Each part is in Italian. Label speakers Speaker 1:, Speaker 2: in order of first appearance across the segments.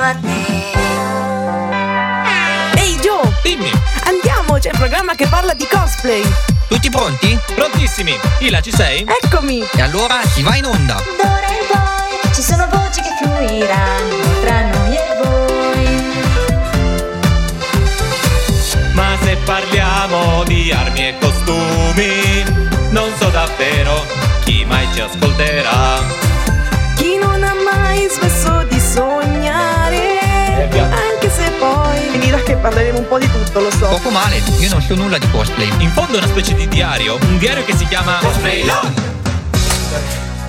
Speaker 1: a te.
Speaker 2: Ehi Joe!
Speaker 3: Dimmi,
Speaker 2: Andiamo, c'è il programma che parla di cosplay!
Speaker 3: tutti pronti? Prontissimi! Ila, ci sei?
Speaker 2: Eccomi!
Speaker 3: E allora si va in onda!
Speaker 1: D'ora in poi ci sono voci che fluiranno tra noi e voi.
Speaker 4: Ma se parliamo di armi e costumi, non so davvero chi mai ci ascolterà.
Speaker 2: Chi non ha mai smesso di sognare,
Speaker 4: Eh,
Speaker 2: anche se poi mi dirà che parleremo un po' di tutto, lo so.
Speaker 5: Poco male, io non so nulla di cosplay.
Speaker 3: In fondo è una specie di diario, un diario che si chiama Cosplay Log!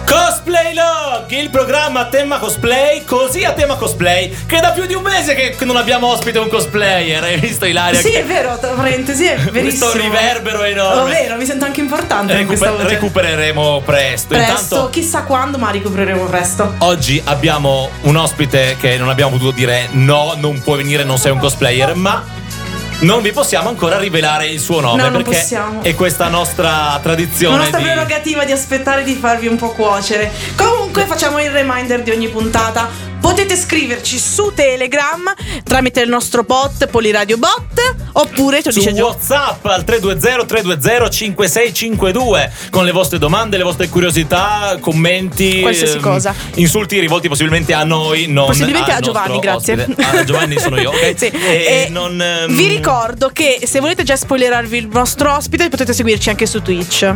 Speaker 4: Cosplay Log, il programma a tema cosplay, così a tema cosplay, che da più di un mese che che non abbiamo ospite un cosplayer, hai visto Ilaria?
Speaker 2: Eh, Sì,
Speaker 4: Che-
Speaker 2: è vero, tra parentesi, è verissimo.
Speaker 4: Questo riverbero
Speaker 2: È
Speaker 4: enorme.
Speaker 2: vero, mi sento anche importante in questa
Speaker 4: Recuper-
Speaker 2: voce.
Speaker 4: recupereremo presto.
Speaker 2: presto,
Speaker 4: Intanto
Speaker 2: chissà quando, ma recupereremo presto.
Speaker 4: oggi abbiamo un ospite che non abbiamo potuto dire no, non puoi venire, non sei un cosplayer, ma non vi possiamo ancora rivelare il suo nome
Speaker 2: No, non
Speaker 4: perché
Speaker 2: possiamo.
Speaker 4: è questa nostra tradizione
Speaker 2: La nostra
Speaker 4: di
Speaker 2: prerogativa di aspettare di farvi un po' cuocere. Comunque facciamo il reminder di ogni puntata. Potete scriverci su Telegram tramite il nostro bot Poliradio Bot oppure tu
Speaker 4: su
Speaker 2: dice Gio-
Speaker 4: WhatsApp al 320 320 5652 con le vostre domande, le vostre curiosità, commenti, ehm,
Speaker 2: Qualsiasi cosa.
Speaker 4: insulti rivolti possibilmente a noi, non
Speaker 2: Possibilmente
Speaker 4: al
Speaker 2: a Giovanni, grazie.
Speaker 4: nostro ospite. Ah, Giovanni sono io, ok?
Speaker 2: Sì.
Speaker 4: E
Speaker 2: E
Speaker 4: non, ehm,
Speaker 2: Vi ricordo che se volete già spoilerarvi il nostro ospite potete seguirci anche su Twitch.
Speaker 4: Eh,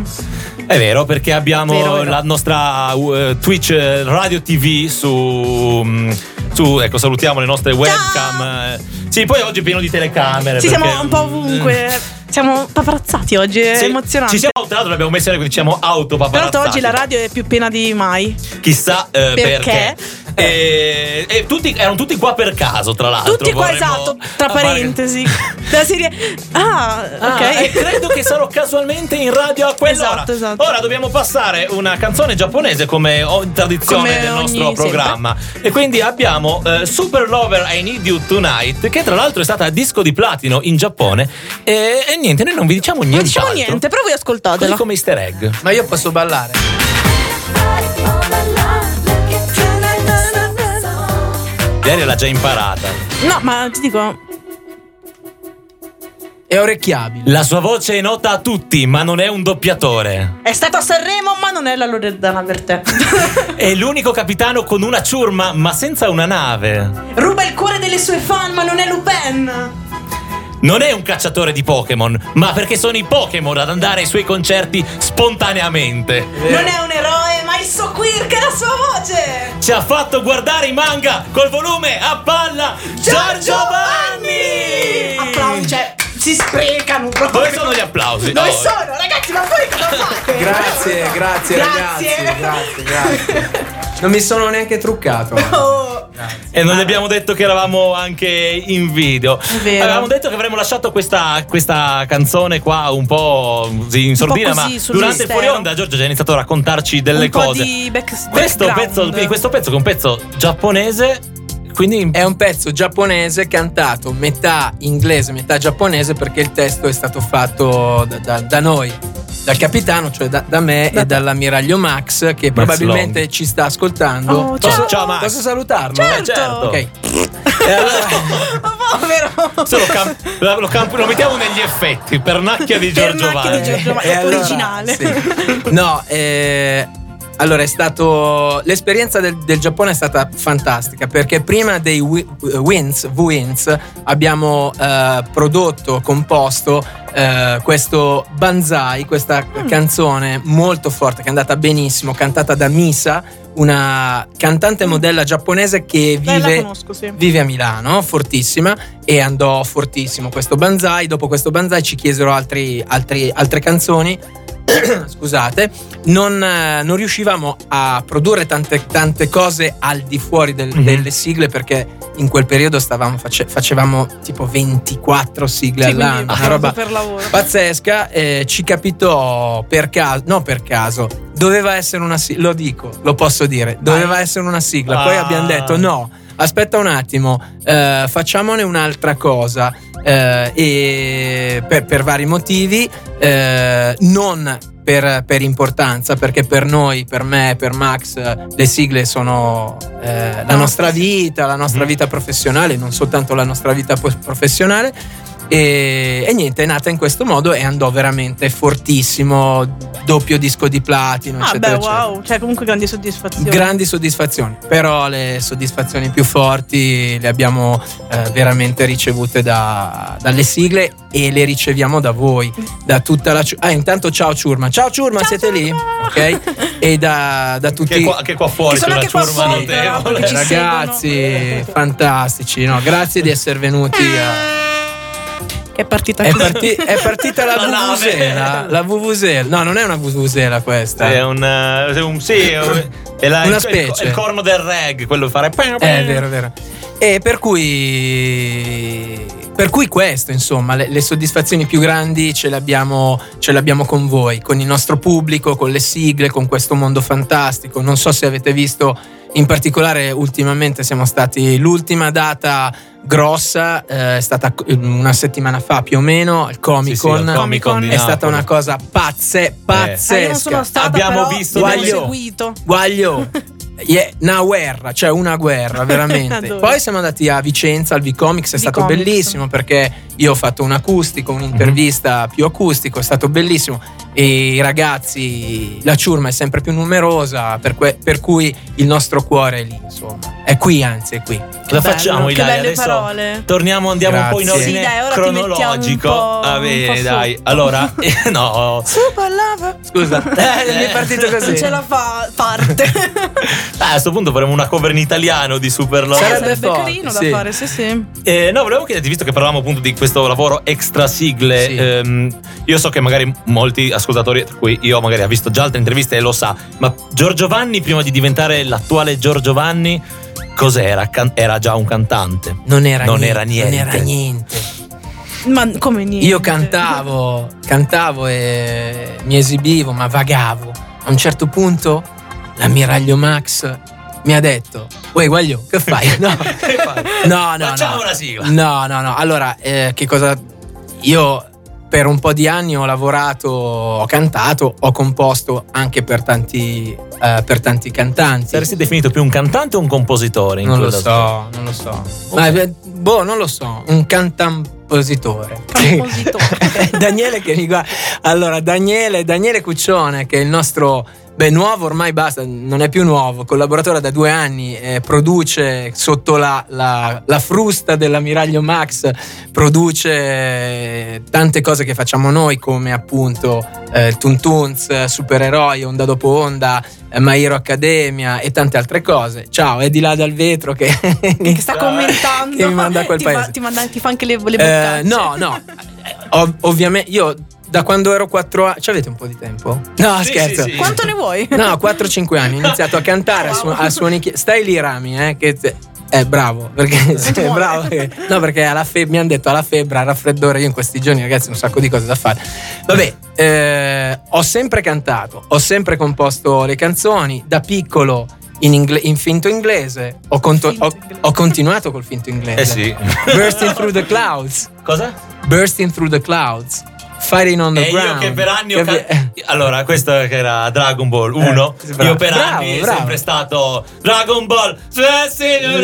Speaker 4: È vero, perché abbiamo
Speaker 2: Vero, vero.
Speaker 4: la nostra uh, Twitch eh, Radio TV su. mm, su- ecco, salutiamo le nostre webcam. eh. Sì, poi oggi è pieno di telecamere.
Speaker 2: Ci
Speaker 4: perché,
Speaker 2: siamo un po'
Speaker 4: mm,
Speaker 2: ovunque. Siamo paparazzati oggi, è
Speaker 4: sì,
Speaker 2: emozionante.
Speaker 4: Ci siamo, tra l'altro, l'abbiamo messa quindi diciamo auto
Speaker 2: Tra l'altro oggi la radio è più piena di mai.
Speaker 4: Chissà eh,
Speaker 2: Perché? Eh.
Speaker 4: perché. E, e tutti, erano tutti qua per caso, tra l'altro.
Speaker 2: Tutti qua,
Speaker 4: vorremmo-
Speaker 2: esatto, tra
Speaker 4: Ah, guarda-
Speaker 2: parentesi. Della serie. Ah,
Speaker 4: Ah, eh,
Speaker 2: ok.
Speaker 4: credo che sarò casualmente in radio a quell'ora.
Speaker 2: Esatto, esatto.
Speaker 4: Ora dobbiamo passare una canzone giapponese come o- tradizione
Speaker 2: Come
Speaker 4: del
Speaker 2: ogni
Speaker 4: nostro
Speaker 2: sempre.
Speaker 4: programma. E quindi abbiamo eh, Super Lover I Need You Tonight, che tra l'altro è stata a disco di platino in Giappone. E, e niente, noi non vi diciamo niente.
Speaker 2: Non diciamo niente, però voi ascoltatela.
Speaker 4: Così come easter egg.
Speaker 5: Ma io posso ballare.
Speaker 4: Daria l'ha già imparata.
Speaker 2: No, ma ti dico.
Speaker 5: È orecchiabile.
Speaker 4: La sua voce è nota a tutti, ma non è un doppiatore.
Speaker 2: È stato a Sanremo, ma non è la Loredana per te.
Speaker 4: È l'unico capitano con una ciurma, ma senza una nave.
Speaker 2: Ruba il cuore delle sue fan, ma non è Lupin.
Speaker 4: Eh. Non è un cacciatore di Pokémon, ma perché sono i Pokémon ad andare ai suoi concerti spontaneamente.
Speaker 2: Non è un eroe, ma il suo quirk è la sua voce.
Speaker 4: Ci ha fatto guardare i manga col volume a palla Giorgio Vanni!
Speaker 2: Applausi, cioè, si sprecano proprio.
Speaker 4: Dove sono gli applausi?
Speaker 2: Dove
Speaker 4: Oh.
Speaker 2: sono? Ragazzi, ma voi cosa fate?
Speaker 6: Grazie, grazie, ragazzi, grazie, grazie. Non mi sono neanche truccato.
Speaker 2: Oh.
Speaker 4: E non abbiamo detto che eravamo anche in video.
Speaker 2: vero.
Speaker 4: Avevamo detto che avremmo lasciato questa, questa canzone qua un po' sì, in sordina,
Speaker 2: così,
Speaker 4: ma
Speaker 2: sul
Speaker 4: durante il
Speaker 2: mistero.
Speaker 4: fuori onda Giorgio ci ha iniziato a raccontarci delle
Speaker 2: Un po'
Speaker 4: cose.
Speaker 2: di back-
Speaker 4: questo, pezzo,
Speaker 2: background.
Speaker 4: questo pezzo che è un pezzo giapponese, quindi
Speaker 2: Eh.
Speaker 6: È un pezzo giapponese cantato metà inglese, metà giapponese, perché il testo è stato fatto da, da- da noi, dal capitano, cioè da, da me
Speaker 2: Da
Speaker 6: e
Speaker 2: te.
Speaker 6: dall'ammiraglio Max, che probabilmente
Speaker 4: Long.
Speaker 6: ci sta ascoltando.
Speaker 2: Oh,
Speaker 4: Posso-
Speaker 2: ciao.
Speaker 4: ciao, Max.
Speaker 6: Posso salutarlo?
Speaker 2: Certo.
Speaker 4: Eh, certo.
Speaker 6: Ok.
Speaker 4: E allora-
Speaker 2: Ma povero.
Speaker 4: se lo, cam- la- lo cam- lo mettiamo negli effetti, pernacchia di Giorgio
Speaker 2: Pernacchia di
Speaker 4: Vanni.
Speaker 2: Giorgio Vanni,
Speaker 6: E allora-
Speaker 2: originale.
Speaker 6: sì. No, eh, allora è stato. L'esperienza del, del Giappone è stata fantastica perché prima dei wi- Wins, V-Wins, abbiamo eh, prodotto, composto eh, questo Banzai, questa
Speaker 2: Mm.
Speaker 6: canzone molto forte che è andata benissimo, cantata da Misa, una
Speaker 2: Mm.
Speaker 6: cantante modella giapponese che
Speaker 2: Beh, la
Speaker 6: vive
Speaker 2: conosco, sì.
Speaker 6: vive a Milano, fortissima, e andò fortissimo questo Banzai. Dopo questo Banzai ci chiesero altri- altri- altre canzoni. Scusate, non, eh, non riuscivamo a produrre tante, tante cose al di fuori del-
Speaker 4: Mhm.
Speaker 6: delle sigle perché in quel periodo stavamo face- facevamo tipo 24 sigle
Speaker 2: Sì, quindi
Speaker 6: all'anno, una
Speaker 2: proprio
Speaker 6: roba
Speaker 2: per lavoro.
Speaker 6: pazzesca. eh, ci capitò per caso, no per caso, doveva essere una sigla, lo dico, lo posso dire, doveva essere una sigla. Poi
Speaker 4: Ah.
Speaker 6: abbiamo detto no, aspetta un attimo, eh, facciamone un'altra cosa. eh, e per, per vari motivi eh, non per, per importanza, perché per noi, per me, per Max, le sigle sono eh,
Speaker 2: Ah,
Speaker 6: la nostra vita, la
Speaker 2: Mm-hmm.
Speaker 6: nostra vita professionale, non soltanto la nostra vita po- professionale. E, e niente, è nata in questo modo e andò veramente fortissimo, doppio disco di platino,
Speaker 2: Ah,
Speaker 6: eccetera,
Speaker 2: beh,
Speaker 6: eccetera.
Speaker 2: wow. Cioè, comunque, grandi soddisfazioni.
Speaker 6: Grandi soddisfazioni, però le soddisfazioni più forti le abbiamo eh, veramente ricevute da- dalle sigle e le riceviamo da voi, da tutta la... ciu- Ah, intanto ciao Ciurma, ciao Ciurma,
Speaker 2: Ciao,
Speaker 6: siete lì?
Speaker 2: Ciurma!
Speaker 6: Ok? E da, da tutti...
Speaker 4: Che qua, che qua fuori
Speaker 2: Che sono
Speaker 4: c'è una
Speaker 2: anche qua
Speaker 4: ciurma
Speaker 2: fuori, tra l'altro,
Speaker 4: notevole.
Speaker 2: che ci
Speaker 4: ragazzi.
Speaker 6: Ragazzi, fantastici, no? grazie di essere venuti a...
Speaker 2: È partita
Speaker 6: È,
Speaker 2: così.
Speaker 6: parti- è partita la
Speaker 4: La nave.
Speaker 6: vuvuzela, la vuvuzela, no non è una vuvuzela questa,
Speaker 4: È un, eh, un sì, è un- è la-
Speaker 6: Una
Speaker 4: il- il-
Speaker 6: specie.
Speaker 4: Il, corno del reg, quello di fare.
Speaker 2: Eh,
Speaker 6: È vero, è vero. E Eh, per cui. Per cui questo, insomma, le, le soddisfazioni più grandi ce le, abbiamo, ce le abbiamo con voi, con il nostro pubblico, con le sigle, con questo mondo fantastico. Non so se avete visto, in particolare ultimamente siamo stati l'ultima data grossa, eh, è stata c- una settimana fa più o meno, al Comic Con.
Speaker 2: Comic-Con
Speaker 6: è stata una cosa pazze, pazzesca.
Speaker 2: Ah, io non sono stata,
Speaker 4: Abbiamo
Speaker 2: però
Speaker 4: visto
Speaker 2: l'ho
Speaker 6: delle-
Speaker 2: seguito.
Speaker 6: Guaglio. Yeah, una guerra, cioè una guerra, veramente.
Speaker 2: Adoro.
Speaker 6: Poi siamo andati a Vicenza al V-Comics, è stato
Speaker 2: V-Comics.
Speaker 6: bellissimo perché io ho fatto un acustico, un'intervista
Speaker 2: Mm-hmm.
Speaker 6: più acustico, è stato bellissimo. E i ragazzi, la ciurma è sempre più numerosa, per, que- per cui il nostro cuore è lì, insomma. È qui, anzi, è qui.
Speaker 4: La
Speaker 2: bello,
Speaker 4: facciamo,
Speaker 2: che
Speaker 4: Ilaria,
Speaker 2: belle
Speaker 4: adesso
Speaker 2: parole.
Speaker 4: torniamo, andiamo un po' in
Speaker 6: Grazie.
Speaker 4: ordine
Speaker 2: Sì, dai, ora ti
Speaker 4: cronologico.
Speaker 2: mettiamo un po'-
Speaker 4: Va
Speaker 2: un po'
Speaker 4: bene,
Speaker 2: su.
Speaker 4: dai. Allora, eh, no.
Speaker 2: Super love.
Speaker 6: Scusa, eh, mi è partito
Speaker 2: Non
Speaker 6: così.
Speaker 2: ce la fa parte.
Speaker 4: Ah, a questo punto faremo una cover in italiano di Super Love.
Speaker 6: Sarebbe
Speaker 2: sarebbe
Speaker 6: forte,
Speaker 2: carino
Speaker 6: sì.
Speaker 2: da fare, sì, sì.
Speaker 4: Eh, no, volevo chiederti, visto che parlavamo appunto di questo lavoro extra sigle,
Speaker 6: Sì.
Speaker 4: ehm, io so che magari molti ascoltatori, tra cui io magari ha visto già altre interviste e lo sa, ma Giorgio Vanni, prima di diventare l'attuale Giorgio Vanni, cos'era? Can- era già un cantante.
Speaker 6: Non era
Speaker 4: Non
Speaker 6: niente,
Speaker 4: era niente.
Speaker 6: Non era niente.
Speaker 2: Ma come niente.
Speaker 6: Io cantavo, cantavo e mi esibivo, ma vagavo. A un certo punto l'ammiraglio Max mi ha detto: Uè, guaglio, che fai? No,
Speaker 4: Che fai?
Speaker 6: no, no.
Speaker 4: Facciamo
Speaker 6: no.
Speaker 4: una sigla.
Speaker 6: No, no, no. Allora, eh, che cosa. Io per un po' di anni ho lavorato, ho cantato, ho composto anche per tanti, eh, per tanti cantanti.
Speaker 4: Saresti definito più un cantante o un compositore? in
Speaker 6: Non lo
Speaker 4: quella-
Speaker 6: so, non lo so. Ma, eh, boh, non lo so. Un cantampositore.
Speaker 2: Compositore.
Speaker 6: Daniele che mi guarda. Allora, Daniele, Daniele Cuccione, che è il nostro. Beh, nuovo ormai basta, non è più nuovo, collaboratore da due anni, eh, produce sotto la, la- la frusta dell'ammiraglio Max, produce eh, tante cose che facciamo noi come appunto eh, Tuntuns, Supereroi, Onda dopo Onda, eh, My Hero Academia e tante altre cose. Ciao, è di là dal vetro che,
Speaker 2: Che sta commentando.
Speaker 6: Eh. Che mi manda a quel
Speaker 2: ti
Speaker 6: paese.
Speaker 2: Fa, ti, manda- ti fa anche le, le
Speaker 6: Eh,
Speaker 2: boccacce.
Speaker 6: no, no. Ov- ovviamente io da quando ero 4 anni. Ci avete un po' di tempo? No,
Speaker 4: Sì,
Speaker 6: scherzo.
Speaker 4: sì, sì.
Speaker 2: Quanto ne vuoi?
Speaker 6: No, 4-5 anni ho iniziato a cantare, a, su- a suonichi- Stai lì, Rami, eh, che te- eh, bravo, perché sì,
Speaker 2: muore.
Speaker 6: bravo. perché- No, perché alla fe- mi hanno detto alla febbre, al raffreddore, io in questi giorni, ragazzi, ho un sacco di cose da fare. Vabbè, eh, ho sempre cantato, ho sempre composto le canzoni da piccolo in, ingle- in finto inglese, ho, conto-
Speaker 2: Finto
Speaker 6: ho-
Speaker 2: inglese.
Speaker 6: ho continuato col finto inglese.
Speaker 4: Eh sì.
Speaker 6: Bursting through the clouds.
Speaker 4: Cosa?
Speaker 6: Bursting Through the Clouds, Fighting on the
Speaker 4: E io
Speaker 6: Ground.
Speaker 4: che per anni ho
Speaker 6: Capi-
Speaker 4: can- Allora, questo che era Dragon Ball 1.
Speaker 6: Eh, sì, bravo.
Speaker 4: Io per
Speaker 6: Bravo,
Speaker 4: anni
Speaker 6: bravo.
Speaker 4: è sempre stato Dragon Ball.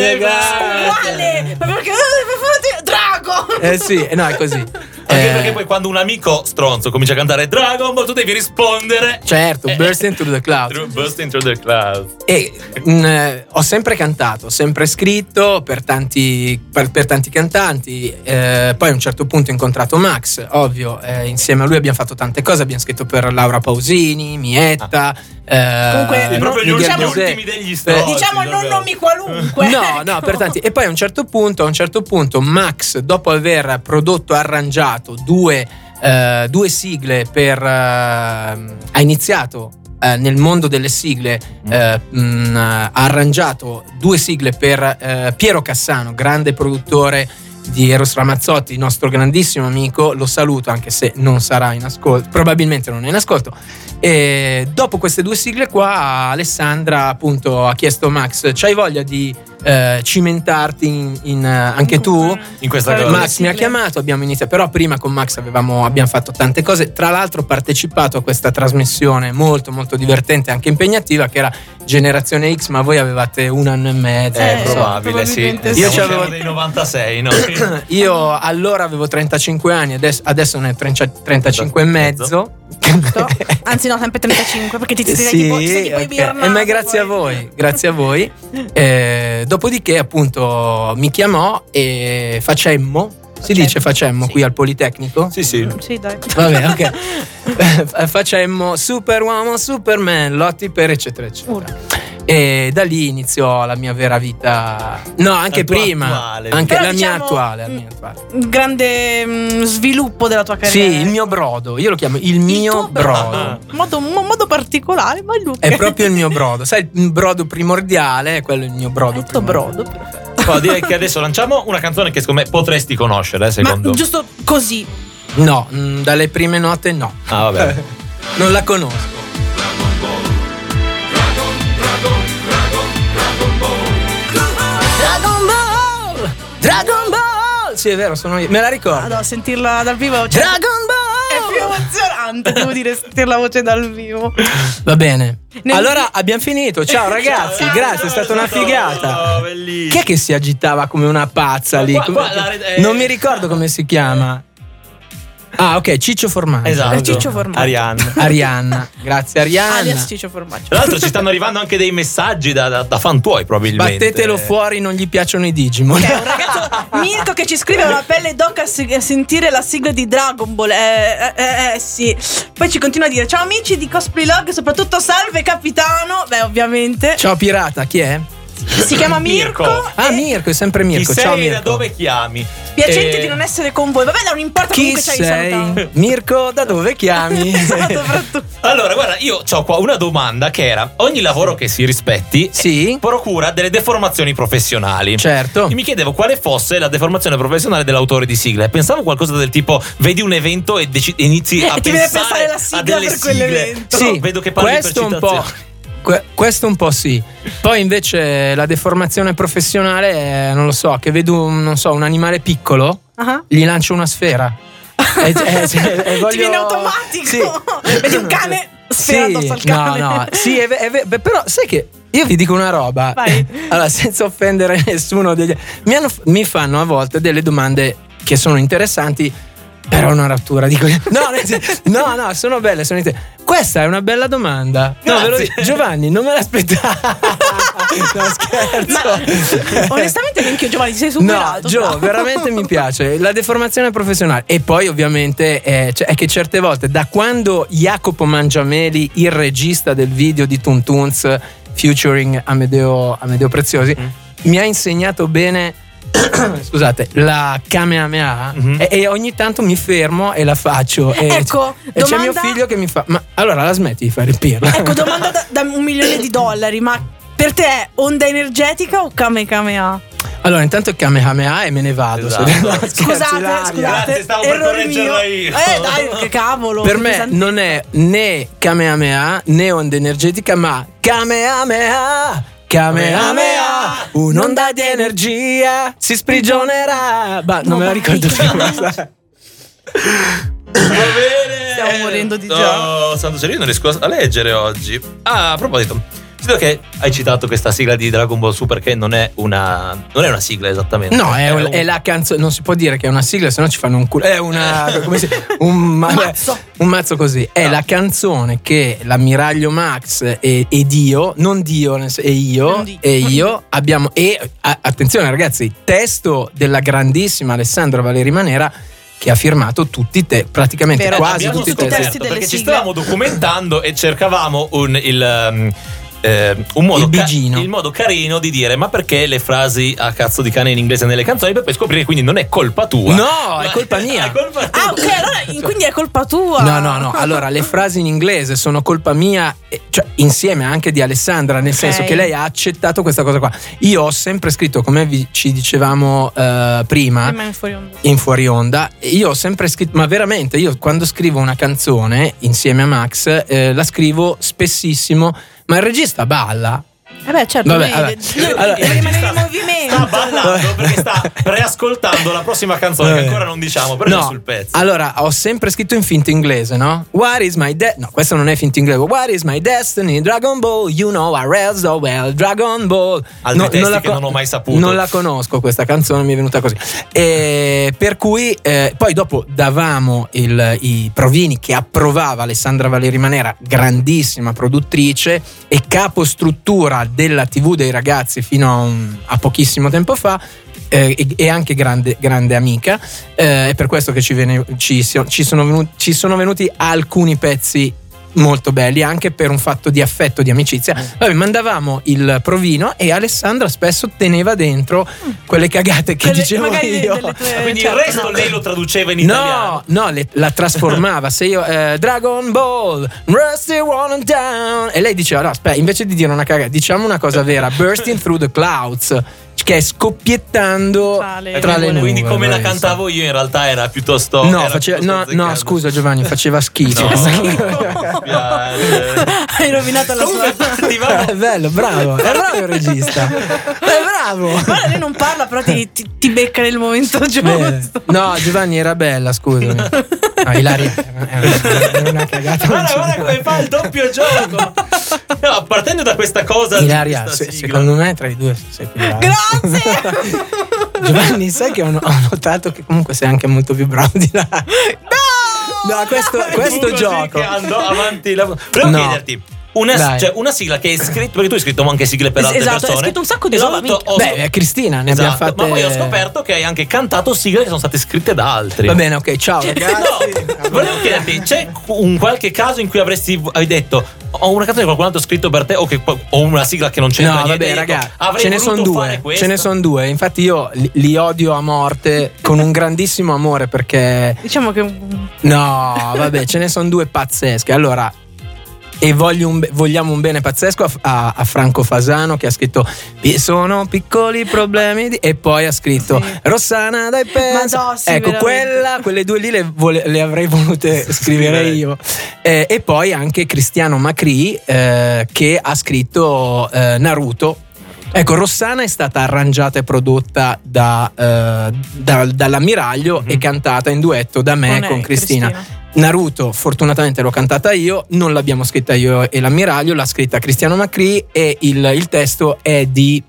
Speaker 4: Uguale.
Speaker 2: Uguale! Ma perché? eh, Drago!
Speaker 6: Eh sì, eh no, è così.
Speaker 4: Anche
Speaker 6: Eh,
Speaker 4: perché poi quando un amico stronzo comincia a cantare Dragon Ball, tu devi rispondere.
Speaker 6: Certo,
Speaker 4: Eh.
Speaker 6: Bursting Through the Clouds.
Speaker 4: Through- Bursting through the clouds.
Speaker 6: E mm, eh, ho sempre cantato, ho sempre scritto per tanti, per, per tanti cantanti. eh, poi a un certo punto ho incontrato Max, ovvio. eh, insieme a lui abbiamo fatto tante cose. Abbiamo scritto per Laura Pausini, Mietta. eh,
Speaker 2: Comunque, Sì,
Speaker 4: Ah. proprio gli
Speaker 6: Miguel
Speaker 4: ultimi-
Speaker 6: Bosé.
Speaker 4: ultimi degli stronzi.
Speaker 2: Diciamo non
Speaker 4: proprio.
Speaker 2: nomi qualunque.
Speaker 6: No, no, per tanti. E poi a un certo punto, a un certo punto Max, dopo aver prodotto, arrangiato due, eh, due sigle per... eh, ha iniziato eh, nel mondo delle sigle, eh, mh, ha arrangiato due sigle per eh, Piero Cassano, grande produttore di Eros Ramazzotti, nostro grandissimo amico, lo saluto anche se non sarà in ascolto, probabilmente non è in ascolto. E dopo queste due sigle qua Alessandra appunto ha chiesto a Max, c'hai voglia di eh, cimentarti in- in, eh, anche tu.
Speaker 4: In questa
Speaker 2: Sarebbe
Speaker 4: cosa.
Speaker 6: Max mi ha
Speaker 2: possibile.
Speaker 6: chiamato, abbiamo iniziato, però prima con Max avevamo, abbiamo fatto tante cose, tra l'altro ho partecipato a questa trasmissione molto molto divertente, anche impegnativa, che era Generazione X, ma voi avevate un anno e mezzo.
Speaker 4: È
Speaker 2: Eh,
Speaker 6: non so.
Speaker 4: probabile, sì.
Speaker 2: probabilmente
Speaker 6: sì. Io
Speaker 4: Siamo
Speaker 6: c'avevo-
Speaker 4: usciti dei 96, no?
Speaker 6: Io allora avevo 35 anni, adesso, adesso ne ho 30 35 e mezzo.
Speaker 2: Anzi, no, sempre 35 perché ti ti sei
Speaker 6: Sì,
Speaker 2: tipo, ti sei tipo
Speaker 6: ok.
Speaker 2: ibernato,
Speaker 6: Eh, ma grazie a
Speaker 2: poi.
Speaker 6: voi, grazie a voi. Eh, dopodiché, appunto, mi chiamò e facemmo. Si
Speaker 2: Facemmo,
Speaker 6: dice facemmo
Speaker 2: sì.
Speaker 6: qui al Politecnico?
Speaker 4: sì, sì.
Speaker 2: Sì, dai.
Speaker 6: Vabbè, ok. Facemmo Superuomo, Superman, lotti per eccetera, eccetera.
Speaker 2: Urca.
Speaker 6: E da lì iniziò la mia vera vita. No, anche
Speaker 4: La tua
Speaker 6: prima.
Speaker 4: attuale vita.
Speaker 6: anche
Speaker 2: Però,
Speaker 6: la, mia
Speaker 2: diciamo,
Speaker 6: attuale, la
Speaker 2: mm,
Speaker 6: mia attuale.
Speaker 2: Un grande mm, sviluppo della tua
Speaker 6: Sì,
Speaker 2: carriera.
Speaker 6: il mio brodo. Io lo chiamo il mio
Speaker 2: eh, tuo
Speaker 6: brodo.
Speaker 2: Modo, mo- modo particolare, ma Luca.
Speaker 6: È proprio il mio brodo. Sai, il brodo primordiale è quello il mio brodo.
Speaker 2: il tuo
Speaker 6: primordiale.
Speaker 2: brodo, perfetto.
Speaker 4: Poi direi che adesso lanciamo una canzone che secondo me potresti conoscere, eh,
Speaker 2: Ma
Speaker 4: secondo me.
Speaker 2: giusto così.
Speaker 6: No, mm, dalle prime note no.
Speaker 4: Ah, vabbè.
Speaker 6: Non la conosco. Dragon Ball! Dragon Ball! Sì, è vero, sono io. Me la ricordo.
Speaker 2: Vado a sentirla dal vivo. cioè,
Speaker 6: Dragon
Speaker 2: è più
Speaker 6: Ball!
Speaker 2: emozionante, devo dire, sentire la voce dal vivo.
Speaker 6: Va bene.
Speaker 2: Nel-
Speaker 6: Allora abbiamo finito. Ciao ragazzi,
Speaker 4: Ciao,
Speaker 6: grazie, è
Speaker 4: ciao,
Speaker 6: stata una
Speaker 4: stato-
Speaker 6: figata.
Speaker 4: Oh, bellissimo.
Speaker 6: Chi è che si agitava come una pazza lì?
Speaker 4: Qua-
Speaker 6: Come-
Speaker 4: qua la- eh,
Speaker 6: Non mi ricordo come si chiama. Ah, ok, Ciccio Formaggio.
Speaker 4: Esatto.
Speaker 2: È Eh, Ciccio Formaggio.
Speaker 4: Arianna.
Speaker 6: Arianna. Grazie Arianna.
Speaker 2: Alias Ciccio Formaggio.
Speaker 4: Tra l'altro ci stanno arrivando anche dei messaggi da, da- da fan tuoi probabilmente.
Speaker 6: Battetelo fuori, non gli piacciono i Digimon.
Speaker 2: Che è un ragazzo Mirko che ci scrive una pelle d'oca a se- a sentire la sigla di Dragon Ball. Eh, eh, eh, eh, sì. Poi ci continua a dire: Ciao amici di Cosplay Log, soprattutto salve capitano. Beh, ovviamente.
Speaker 6: Ciao pirata, chi è?
Speaker 2: Si chiama Mirko.
Speaker 4: Mirko.
Speaker 6: Ah,
Speaker 2: e-
Speaker 6: Mirko, è sempre
Speaker 4: Chi
Speaker 6: Mirko.
Speaker 4: sei
Speaker 6: Ciao
Speaker 4: e
Speaker 6: Mirko.
Speaker 4: da dove chiami?
Speaker 2: Piacente
Speaker 4: Eh,
Speaker 2: di non essere con voi. Vabbè, non importa
Speaker 6: Chi
Speaker 2: comunque ci hai salutato.
Speaker 6: sei? Mirko, da dove chiami?
Speaker 2: Esatto, soprattutto.
Speaker 4: Allora, guarda, io ho qua una domanda che era: ogni lavoro che si rispetti
Speaker 6: sì,
Speaker 4: procura delle deformazioni professionali.
Speaker 6: certo.
Speaker 4: E mi chiedevo quale fosse la deformazione professionale dell'autore di sigla. E pensavo qualcosa del tipo: vedi un evento e, deci- e inizi a
Speaker 2: Eh, ti viene a
Speaker 4: pensare,
Speaker 2: pensare la sigla
Speaker 4: a delle
Speaker 2: per
Speaker 4: sigle.
Speaker 2: quell'evento.
Speaker 4: Sì,
Speaker 6: Sì,
Speaker 4: vedo che parli
Speaker 6: questo
Speaker 4: per
Speaker 6: un po'.
Speaker 4: citazione.
Speaker 6: que- questo un po' sì. Poi invece la deformazione professionale è, non lo so, che vedo un, non so, un animale piccolo,
Speaker 2: Ah.
Speaker 6: gli lancio una sfera. Eh, E- e- e- e voglio-
Speaker 2: Ti viene automatico.
Speaker 6: Sì.
Speaker 2: Vedi un cane? Sfera
Speaker 6: Sì,
Speaker 2: addosso al
Speaker 6: no,
Speaker 2: cane.
Speaker 6: no, sì, è ve- è ve- beh, però sai che io vi dico una roba,
Speaker 2: Vai.
Speaker 6: allora senza offendere nessuno, degli- mi, hanno f- mi fanno a volte delle domande che sono interessanti, però una rottura, dico no, nel senso- no, no, sono belle, sono inter- questa è una bella domanda, no, ve lo dico, Giovanni, non me l'aspettavo, no, scherzo.
Speaker 2: Ma onestamente neanche io, Giovanni, ti sei
Speaker 6: No,
Speaker 2: superato.
Speaker 6: Gio,
Speaker 2: bravo.
Speaker 6: veramente mi piace la deformazione professionale. E poi, ovviamente, eh, cioè, è che certe volte, da quando Jacopo Mangiameli, il regista del video di Tuntuns featuring Amedeo, Amedeo Preziosi, mi ha insegnato bene. Scusate, la Kamehameha
Speaker 4: Mhm.
Speaker 6: e, e ogni tanto mi fermo e la faccio. E,
Speaker 2: Ecco,
Speaker 6: e c'è mio
Speaker 2: domanda-
Speaker 6: figlio che mi fa: Ma allora la smetti di fare il pirla?
Speaker 2: Ecco, domanda da, da un milione di dollari, ma per te è onda energetica o kamehameha?
Speaker 6: Allora, intanto è Kamehameha e me ne vado.
Speaker 4: Esatto.
Speaker 6: se- no, scherzi,
Speaker 2: Scusate,
Speaker 6: Laria.
Speaker 2: scusate.
Speaker 4: Grazie, stavo per
Speaker 2: errore
Speaker 4: correggerla
Speaker 2: mio.
Speaker 4: io.
Speaker 2: Eh, dai, che cavolo.
Speaker 6: Per
Speaker 2: che
Speaker 6: me
Speaker 2: pesante.
Speaker 6: non è né Kamehameha né onda energetica, ma Kamehameha. Kamehameha, un'onda di energia si sprigionerà. Ma
Speaker 2: No,
Speaker 6: non me la
Speaker 2: ma-
Speaker 6: ricordo più.
Speaker 4: Va bene.
Speaker 2: Stiamo morendo di
Speaker 4: No, santo cielo, io non riesco a leggere oggi. Ah, a proposito, visto che hai citato questa sigla di Dragon Ball Super, che non è una, non è una sigla esattamente.
Speaker 6: No,
Speaker 2: Eh,
Speaker 6: è,
Speaker 4: un-
Speaker 6: è la canzone. Non si può dire che è una sigla, se no ci fanno un culo. È una. Come si, un, ma-
Speaker 2: Eh. Mazzo.
Speaker 6: un mazzo così. È la canzone che l'ammiraglio Max e, ed io, non Dio, nel sen- e io,
Speaker 2: Non Dio.
Speaker 6: e io abbiamo. E a- attenzione, ragazzi, testo della grandissima Alessandra Valeri Manera che ha firmato tutti i te, praticamente
Speaker 2: Vero,
Speaker 6: quasi
Speaker 2: abbiamo
Speaker 6: tutti i
Speaker 2: tutti i
Speaker 6: testi.
Speaker 2: testi delle
Speaker 4: certo, perché ci
Speaker 2: sigle.
Speaker 4: stavamo documentando e cercavamo un, il, um, eh, un modo
Speaker 6: Il bigino.
Speaker 4: il modo carino di dire ma perché le frasi a cazzo di cane in inglese nelle canzoni per poi scoprire che quindi non è colpa tua
Speaker 6: No, è
Speaker 4: Ma-
Speaker 6: colpa mia.
Speaker 4: è colpa tua
Speaker 2: Ah, ok, allora in- quindi è colpa tua.
Speaker 6: No, no, no. Allora, eh. le frasi in inglese sono colpa mia, eh, cioè insieme anche di Alessandra, nel
Speaker 2: Ok.
Speaker 6: senso che lei ha accettato questa cosa qua. Io ho sempre scritto, come vi- ci dicevamo eh, prima,
Speaker 2: Ma è fuori onda.
Speaker 6: in fuori onda, io ho sempre scritto, ma veramente, io quando scrivo una canzone insieme a Max, eh, la scrivo spessissimo, ma il regista balla.
Speaker 2: Eh beh, certo,
Speaker 6: Vabbè,
Speaker 2: noi,
Speaker 6: vabbè.
Speaker 2: noi
Speaker 6: Allora,
Speaker 2: dobbiamo rimanere in
Speaker 4: Sta
Speaker 2: movimento.
Speaker 4: ballando perché sta preascoltando la prossima canzone che
Speaker 6: Eh.
Speaker 4: ancora non diciamo, però
Speaker 6: No, Ah,
Speaker 4: è sul pezzo.
Speaker 6: Allora, ho sempre scritto in finto inglese, no? What is my de- No, questo non è finto inglese. What is my destiny? Dragon Ball, you know I read so well. Dragon Ball.
Speaker 4: Altri testi
Speaker 6: la
Speaker 4: che non ho mai saputo.
Speaker 6: Non la conosco questa canzone, mi è venuta così. E per cui, eh, poi dopo davamo il- i provini che approvava Alessandra Valeri Manera, grandissima produttrice e capostruttura della TV dei ragazzi fino a, un- a pochissimo tempo fa. eh, e- e anche grande, grande amica eh, è per questo che ci, vene- ci si- ci sono venuti, ci sono venuti alcuni pezzi molto belli anche per un fatto di affetto, di amicizia.
Speaker 2: Eh.
Speaker 6: Noi mandavamo il provino e Alessandra spesso teneva dentro quelle cagate che
Speaker 2: Quelle-
Speaker 6: dicevo
Speaker 2: magari
Speaker 6: io.
Speaker 2: delle tue-
Speaker 4: Ah, Quindi il
Speaker 2: certo,
Speaker 4: resto
Speaker 2: no.
Speaker 4: lei lo traduceva in
Speaker 6: No,
Speaker 4: italiano.
Speaker 6: no, le- la trasformava. Se io eh, Dragon Ball, Rusty One and Down, e lei diceva: No, aspetta, invece di dire una cagata, diciamo una cosa vera: Bursting through the clouds, che è scoppiettando
Speaker 2: Tra le
Speaker 6: tra le Esatto. nuvole.
Speaker 2: nuvole.
Speaker 4: Quindi come la
Speaker 6: penso.
Speaker 4: cantavo io in realtà era piuttosto
Speaker 6: No,
Speaker 4: era
Speaker 6: faceva-
Speaker 4: piuttosto
Speaker 6: no, no,
Speaker 4: azzeccato.
Speaker 6: scusa Giovanni, faceva schifo.
Speaker 4: No.
Speaker 2: Hai rovinato la
Speaker 4: Comunque,
Speaker 2: sua.
Speaker 4: partivamo-
Speaker 6: È Eh, bello, bravo, è bravo il regista. È bravo.
Speaker 2: Guarda, lei non parla, però ti, ti- ti becca nel momento
Speaker 6: Bene.
Speaker 2: giusto.
Speaker 6: No, Giovanni era bella, scusami. No, Ilaria eh, era una- era una cagata.
Speaker 4: Guarda, guarda come fa il doppio gioco. No, partendo da questa cosa
Speaker 6: Ilaria,
Speaker 4: questa
Speaker 6: se-
Speaker 4: sigla-
Speaker 6: secondo me tra i due sei più brava.
Speaker 2: Grazie!
Speaker 6: Giovanni, sai che ho, ho notato che comunque sei anche molto più bravo di là.
Speaker 2: No!
Speaker 6: No, questo,
Speaker 4: Fu
Speaker 6: questo
Speaker 4: così
Speaker 6: gioco.
Speaker 4: che andò avanti la- Volevo
Speaker 6: No.
Speaker 4: chiederti una,
Speaker 6: Dai.
Speaker 4: cioè, una sigla che hai scritto perché tu hai scritto anche sigle per
Speaker 2: Es-
Speaker 4: altre
Speaker 2: esatto, hai
Speaker 4: persone
Speaker 2: scritto un sacco di
Speaker 4: E
Speaker 2: roba,
Speaker 4: soprattutto
Speaker 2: minchia.
Speaker 4: ho-
Speaker 6: Beh, Cristina ne abbiamo
Speaker 4: esatto,
Speaker 6: fatte.
Speaker 4: ma poi ho scoperto che hai anche cantato sigle che sono state scritte da altri
Speaker 6: Va bene, ok, ciao ragazzi.
Speaker 4: No, volevo chiederti, c'è un qualche caso in cui avresti hai detto ho una canzone che qualcun altro ha scritto per te o, che, o una sigla che non c'entra
Speaker 6: No,
Speaker 4: niente?
Speaker 6: vabbè,
Speaker 4: Hai detto,
Speaker 6: raga,
Speaker 4: "Avrei
Speaker 6: ce ne
Speaker 4: voluto
Speaker 6: sono
Speaker 4: fare
Speaker 6: due.
Speaker 4: questo".
Speaker 6: Ce ne sono due. Infatti, io li, li odio a morte con un grandissimo amore perché.
Speaker 2: Diciamo che
Speaker 6: No, vabbè, ce ne sono due pazzesche. Allora. E voglio un be- vogliamo un bene pazzesco a, a- a Franco Fasano che ha scritto "Vi Sono piccoli problemi di-" e poi ha scritto
Speaker 2: Sì.
Speaker 6: Rossana dai pensa
Speaker 2: Ma no, sì,
Speaker 6: Ecco,
Speaker 2: veramente.
Speaker 6: quella, quelle due lì le, vole- le avrei volute scrivere io. Eh, e poi anche Cristiano Macri eh, che ha scritto eh, Naruto. Ecco, Rossana è stata arrangiata e prodotta da, eh, da- dall'ammiraglio
Speaker 2: Mm-hmm.
Speaker 6: e cantata in duetto da me
Speaker 2: non è
Speaker 6: Eh, con Cristina. Naruto, fortunatamente l'ho cantata io, non l'abbiamo scritta io e l'ammiraglio, l'ha scritta Cristiano Macri e il, il testo è di...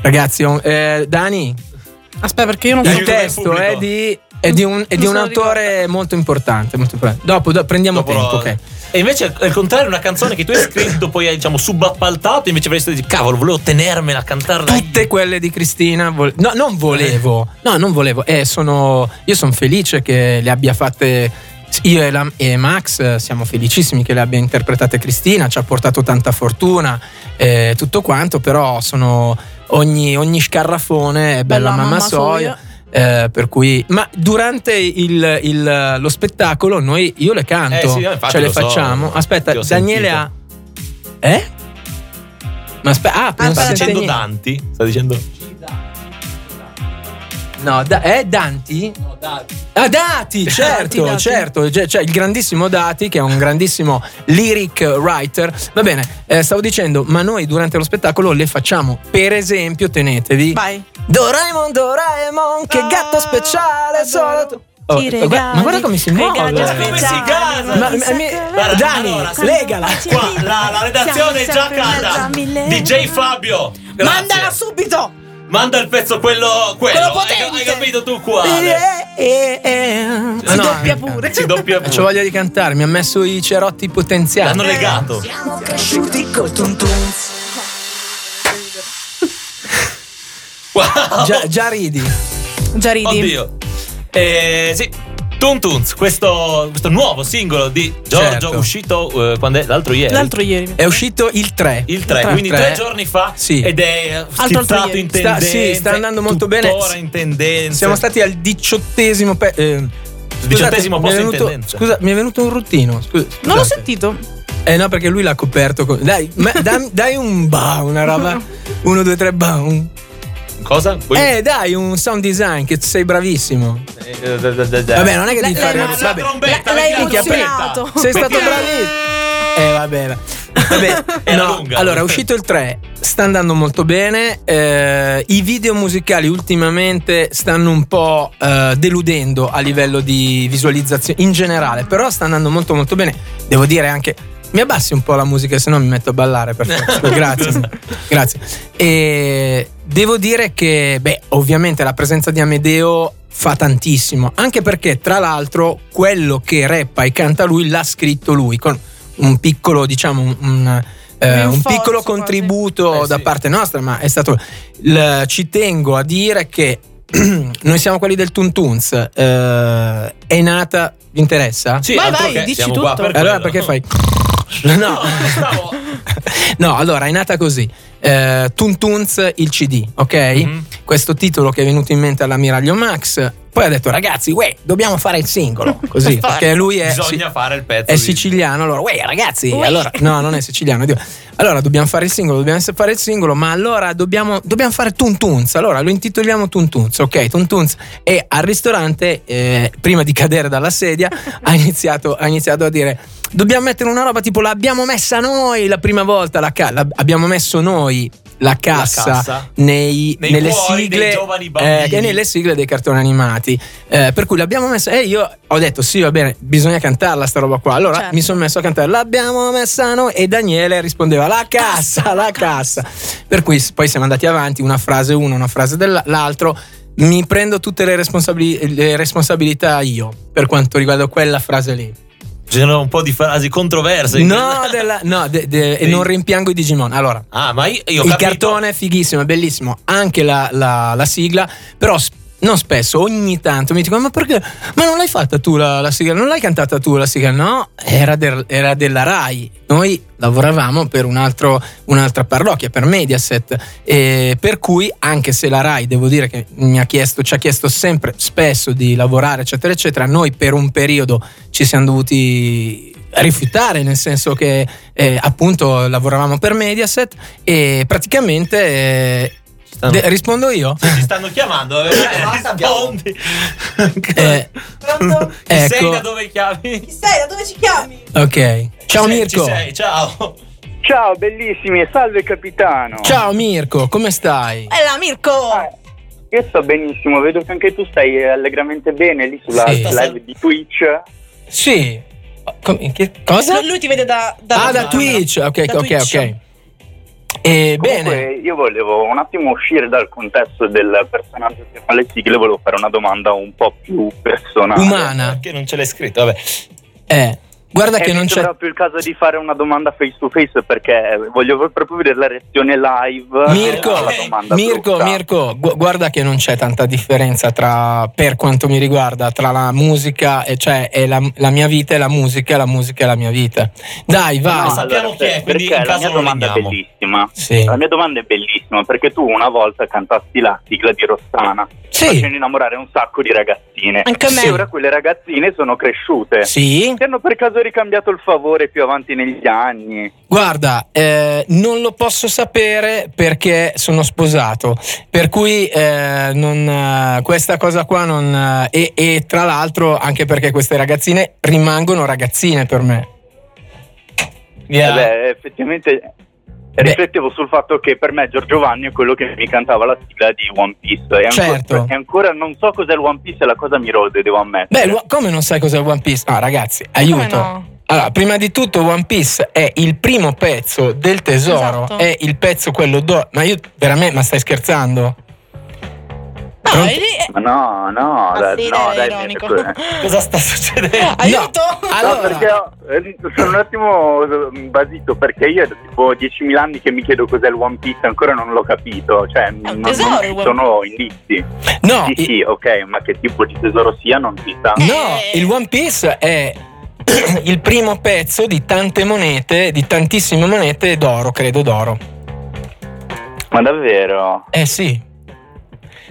Speaker 6: Ragazzi, eh, Dani,
Speaker 2: Aspetta, perché io non
Speaker 6: il
Speaker 4: Aiuto del
Speaker 6: testo
Speaker 4: pubblico.
Speaker 6: è di, è di un, è
Speaker 2: Non
Speaker 6: di
Speaker 2: se
Speaker 6: un
Speaker 2: lo
Speaker 6: autore molto importante, molto importante. Dopo, do- prendiamo
Speaker 4: Dopo
Speaker 6: tempo,
Speaker 4: lo-
Speaker 6: ok.
Speaker 4: E invece al contrario, una canzone che tu hai scritto, poi hai diciamo subappaltato, invece avresti detto, cavolo, volevo tenermela, cantarla. io".
Speaker 6: Tutte quelle di Cristina, vol- no, non volevo, no, non volevo. Eh, sono, io sono felice che le abbia fatte. Io e, la- e Max eh, siamo felicissimi che le abbia interpretate Cristina, ci ha portato tanta fortuna, eh, tutto quanto, però sono ogni, ogni scarrafone è bella, mamma, soia. Eh, per cui, ma durante il- il- lo spettacolo noi, io le canto,
Speaker 4: Eh sì, no, infatti
Speaker 6: cioè le
Speaker 4: lo so,
Speaker 6: facciamo. Aspetta,
Speaker 4: ti ho
Speaker 6: Daniele ha... Eh? Ma aspetta, ah, non
Speaker 2: sta
Speaker 4: Sta
Speaker 6: si sente
Speaker 4: dicendo
Speaker 6: niente.
Speaker 4: Danti? Sta dicendo.
Speaker 6: No, da- eh, Danti? Ah, Dati, certo,
Speaker 2: Dati.
Speaker 6: certo, Cioè, cioè, il grandissimo Dati che è un grandissimo lyric writer. Va bene, eh, stavo dicendo, ma noi durante lo spettacolo le facciamo, per esempio, tenetevi.
Speaker 2: Vai.
Speaker 6: Doraemon, Doraemon, che gatto speciale, solo tu. Oh,
Speaker 1: Ti
Speaker 6: guarda-
Speaker 1: regali,
Speaker 6: ma guarda come si
Speaker 2: Ah, regali
Speaker 6: muove.
Speaker 4: Ma come si casa?
Speaker 6: Ma- ma- mi- Dani,
Speaker 4: allora, se-
Speaker 6: legala.
Speaker 4: Qua la, la redazione è già calda. DJ Fabio. grazie.
Speaker 2: Mandala subito!
Speaker 4: Manda il pezzo quello. quello.
Speaker 2: Quello
Speaker 4: hai, hai
Speaker 2: potente.
Speaker 4: capito tu qua?
Speaker 6: Eh, eh, eh.
Speaker 2: Si
Speaker 6: Ah, no,
Speaker 2: doppia
Speaker 6: eh,
Speaker 2: pure.
Speaker 4: Si doppia
Speaker 6: C'ho
Speaker 4: pure.
Speaker 6: voglia di cantare, mi ha messo i cerotti potenziali. Eh.
Speaker 4: L'hanno legato. Wow.
Speaker 6: Già, già ridi.
Speaker 2: Già ridi.
Speaker 4: Oddio. Eh, sì. Tuntuns, questo, questo nuovo singolo di Giorgio
Speaker 6: Certo.
Speaker 4: uscito eh, quando è? l'altro ieri.
Speaker 2: L'altro ieri.
Speaker 6: È uscito il 3.
Speaker 4: Il 3,
Speaker 2: Il tre.
Speaker 4: quindi
Speaker 6: Tre.
Speaker 4: tre giorni fa.
Speaker 6: Sì.
Speaker 4: Ed è eh,
Speaker 2: Altro
Speaker 4: schizzato
Speaker 2: ieri.
Speaker 4: in
Speaker 6: Sta-
Speaker 4: tendenza.
Speaker 6: sì, sta andando molto bene.
Speaker 4: Ora in tendenza.
Speaker 6: Siamo stati al diciottesimo. pe- eh, scusate,
Speaker 4: Diciottesimo
Speaker 6: mi è
Speaker 4: posto in
Speaker 6: venuto-
Speaker 4: tendenza.
Speaker 6: Scusa, mi è venuto un ruttino. scusa-
Speaker 2: Non l'ho
Speaker 6: scusate.
Speaker 2: sentito.
Speaker 6: Eh no, perché lui l'ha coperto con. Dai, ma- dam- dai un ba, una roba. Uno, due, tre, ba. un-
Speaker 4: Cosa? Vuoi-
Speaker 6: Eh, dai, un sound design che sei bravissimo.
Speaker 4: Eh, da- da- da- da.
Speaker 6: Vabbè, non è che
Speaker 2: Lei-
Speaker 6: devi
Speaker 2: lei
Speaker 6: fare.
Speaker 2: non-
Speaker 6: vabbè.
Speaker 4: trombetta,
Speaker 2: Lei- lei
Speaker 4: metti la
Speaker 2: ha
Speaker 4: trombetta.
Speaker 2: emozionato.
Speaker 6: Sei stato bravissimo. Eh, vabbè. Vabbè,
Speaker 4: Era
Speaker 6: no,
Speaker 4: lunga.
Speaker 6: Allora, è uscito il 3, sta andando molto bene. eh, I video musicali ultimamente stanno un po' eh, deludendo a livello di visualizzazione in generale, però sta andando molto molto bene. Devo dire anche. Mi abbassi un po' la musica, se no mi metto a ballare per forza. Grazie. Grazie. E devo dire che, beh, ovviamente la presenza di Amedeo fa tantissimo, anche perché tra l'altro quello che reppa e canta lui l'ha scritto lui con un piccolo, diciamo, un- un, eh,
Speaker 2: Un
Speaker 6: un
Speaker 2: forzo,
Speaker 6: piccolo
Speaker 2: quasi.
Speaker 6: contributo
Speaker 4: Eh,
Speaker 6: da
Speaker 4: sì.
Speaker 6: parte nostra, ma è stato il- ci tengo a dire che noi siamo quelli del Tuntuns, eh, è nata, vi interessa?
Speaker 4: Sì,
Speaker 2: Vai,
Speaker 4: altro
Speaker 2: vai,
Speaker 4: che
Speaker 2: dici
Speaker 4: siamo
Speaker 2: tutto.
Speaker 4: qua per
Speaker 6: allora
Speaker 4: quello.
Speaker 6: perché fai
Speaker 4: No,
Speaker 6: No.
Speaker 4: stavo-
Speaker 6: no, allora è nata così. Eh, Tuntuns il CD, ok?
Speaker 4: Mhm.
Speaker 6: Questo titolo che è venuto in mente all'ammiraglio Max. Poi ha detto, ragazzi, uè, dobbiamo fare il singolo. Così, perché lui è.
Speaker 4: Bisogna
Speaker 6: sì,
Speaker 4: fare il pezzo.
Speaker 6: È
Speaker 4: di-
Speaker 6: siciliano, allora, uè, ragazzi.
Speaker 2: Uè.
Speaker 6: Allora, no, non è siciliano. Dio. Allora, dobbiamo fare il singolo, dobbiamo fare il singolo, ma allora dobbiamo, dobbiamo fare Tuntuns. Allora, lo intitoliamo Tuntuns, ok? Tuntuns. E al ristorante, eh, prima di cadere dalla sedia, ha iniziato, ha iniziato a dire dobbiamo mettere una roba tipo l'abbiamo messa noi la prima volta la ca- la- abbiamo messo noi la cassa,
Speaker 4: cassa.
Speaker 6: nei-
Speaker 4: Nei
Speaker 6: nelle
Speaker 4: cuori dei
Speaker 6: sigle
Speaker 4: giovani bambini.
Speaker 6: eh, e nelle sigle dei cartoni animati Eh, per cui l'abbiamo messa e io ho detto sì va bene bisogna cantarla sta roba qua allora
Speaker 2: Certo.
Speaker 6: mi sono messo a cantare l'abbiamo messa noi e Daniele rispondeva la cassa la cassa per cui s- poi siamo andati avanti una frase uno una frase dell'altro mi prendo tutte le, responsabili- le responsabilità io per quanto riguarda quella frase lì
Speaker 4: C'erano un po' di frasi controverse. in
Speaker 6: No,
Speaker 4: quella-
Speaker 6: della- no, de- de- e
Speaker 4: Dei-
Speaker 6: non rimpiango i Digimon. Allora,
Speaker 4: Ah, ma io, io ho
Speaker 6: il
Speaker 4: capito.
Speaker 6: cartone è fighissimo, è bellissimo, anche la, la- la sigla, però sp- non spesso, ogni tanto mi dicono, ma perché? Ma non l'hai fatta tu la, la sigla? Non l'hai cantata tu la sigla? No, era, del- era della RAI. Noi lavoravamo per un altro- un'altra parrocchia, per Mediaset, e per cui anche se la RAI, devo dire che mi ha chiesto, ci ha chiesto sempre, spesso di lavorare, eccetera, eccetera, noi per un periodo ci siamo dovuti rifiutare, nel senso che eh, appunto lavoravamo per Mediaset e praticamente eh,
Speaker 4: Stanno-
Speaker 6: de- rispondo io.
Speaker 4: Ti stanno chiamando. eh, Rispondi.
Speaker 6: Eh,
Speaker 2: Pronto?
Speaker 4: Chi sei
Speaker 6: Ecco.
Speaker 4: da dove chiami?
Speaker 2: Chi sei? Da dove ci chiami?
Speaker 6: ok. Ciao
Speaker 4: Ci sei,
Speaker 6: Mirko.
Speaker 4: ci sei, ciao.
Speaker 7: Ciao bellissimi e salve capitano.
Speaker 6: Ciao Mirko, come stai?
Speaker 2: Eh là, Mirko!
Speaker 7: Ah, Io sto benissimo, vedo che anche tu stai allegramente bene lì sulla
Speaker 6: Sì.
Speaker 7: live di Twitch.
Speaker 6: Sì. Com- che cosa?
Speaker 2: Lui ti vede da...
Speaker 6: ah, da Twitch. Ok,
Speaker 2: Da
Speaker 6: ok,
Speaker 2: Twitch.
Speaker 6: ok. E bene.
Speaker 7: Comunque io volevo un attimo uscire dal contesto del personaggio che fa le sigle, volevo fare una domanda un po' più personale.
Speaker 6: Umana.
Speaker 4: Perché non ce l'hai scritto? Vabbè.
Speaker 6: Eh, guarda
Speaker 7: Eh,
Speaker 6: che
Speaker 7: mi
Speaker 6: non c'è
Speaker 7: sembra più il caso di fare una domanda face to face perché voglio proprio vedere la reazione live.
Speaker 6: Mirko,
Speaker 7: alla domanda
Speaker 6: Mirko,
Speaker 7: brutta.
Speaker 6: Mirko, gu- guarda che non c'è tanta differenza tra, per quanto mi riguarda, tra la musica, e cioè e la, la mia vita e la musica, e la musica e la mia vita. Dai, vai.
Speaker 7: No,
Speaker 4: sappiamo chi è, quindi
Speaker 7: Ah, perché
Speaker 4: in
Speaker 7: la
Speaker 4: caso
Speaker 7: mia
Speaker 4: non
Speaker 7: domanda è
Speaker 4: andiamo.
Speaker 7: bellissima.
Speaker 6: Sì.
Speaker 7: La mia domanda è bellissima perché tu una volta cantasti la sigla di Rossana
Speaker 6: Sì.
Speaker 7: facendo innamorare un sacco di ragazzine.
Speaker 2: Anche a me.
Speaker 7: E ora quelle ragazzine sono cresciute.
Speaker 6: Sì.
Speaker 7: Ti hanno per caso ricambiato il favore più avanti negli anni?
Speaker 6: Guarda, eh, non lo posso sapere perché sono sposato, per cui eh, non, eh, questa cosa qua non... eh, e, e tra l'altro anche perché queste ragazzine rimangono ragazzine per me.
Speaker 4: Yeah.
Speaker 7: Eh beh, effettivamente riflettevo sul fatto che per me Giorgiovanni è quello che mi cantava la sigla di One Piece. E ancora,
Speaker 6: Certo.
Speaker 7: e ancora non so cos'è il One Piece e la cosa mi rode, devo
Speaker 6: Beh,
Speaker 7: ammettere.
Speaker 6: lo- come non sai cos'è One Piece? Ah, ragazzi,
Speaker 2: Come
Speaker 6: aiuto.
Speaker 2: no?
Speaker 6: Allora, prima di tutto One Piece è il primo pezzo del tesoro,
Speaker 2: Esatto.
Speaker 6: è il pezzo quello d'oro. Ma io veramente, ma stai scherzando?
Speaker 2: No,
Speaker 6: Pronto?
Speaker 2: è lì... eh,
Speaker 7: Ma no, no,
Speaker 2: ah,
Speaker 7: dai,
Speaker 2: sì,
Speaker 7: no,
Speaker 2: dai, è
Speaker 7: dai, eh.
Speaker 2: ironico.
Speaker 7: mi-
Speaker 4: Cosa sta succedendo?
Speaker 2: Aiuto!
Speaker 7: No,
Speaker 6: Allora,
Speaker 7: perché ho- eh, sono un attimo eh, basito perché io da tipo 10.000 anni che mi chiedo cos'è il One Piece ancora non l'ho capito, cioè
Speaker 2: È un
Speaker 7: non,
Speaker 2: Eh, tesoro,
Speaker 7: non
Speaker 2: il
Speaker 7: ci
Speaker 2: One
Speaker 7: sono indizi.
Speaker 6: no,
Speaker 7: sì,
Speaker 6: i-
Speaker 7: sì, ok, ma che tipo di tesoro sia non si sa.
Speaker 6: no,
Speaker 2: Eh.
Speaker 6: il One Piece è il primo pezzo di tante monete, di tantissime monete d'oro, credo d'oro.
Speaker 7: Ma davvero?
Speaker 6: Eh sì.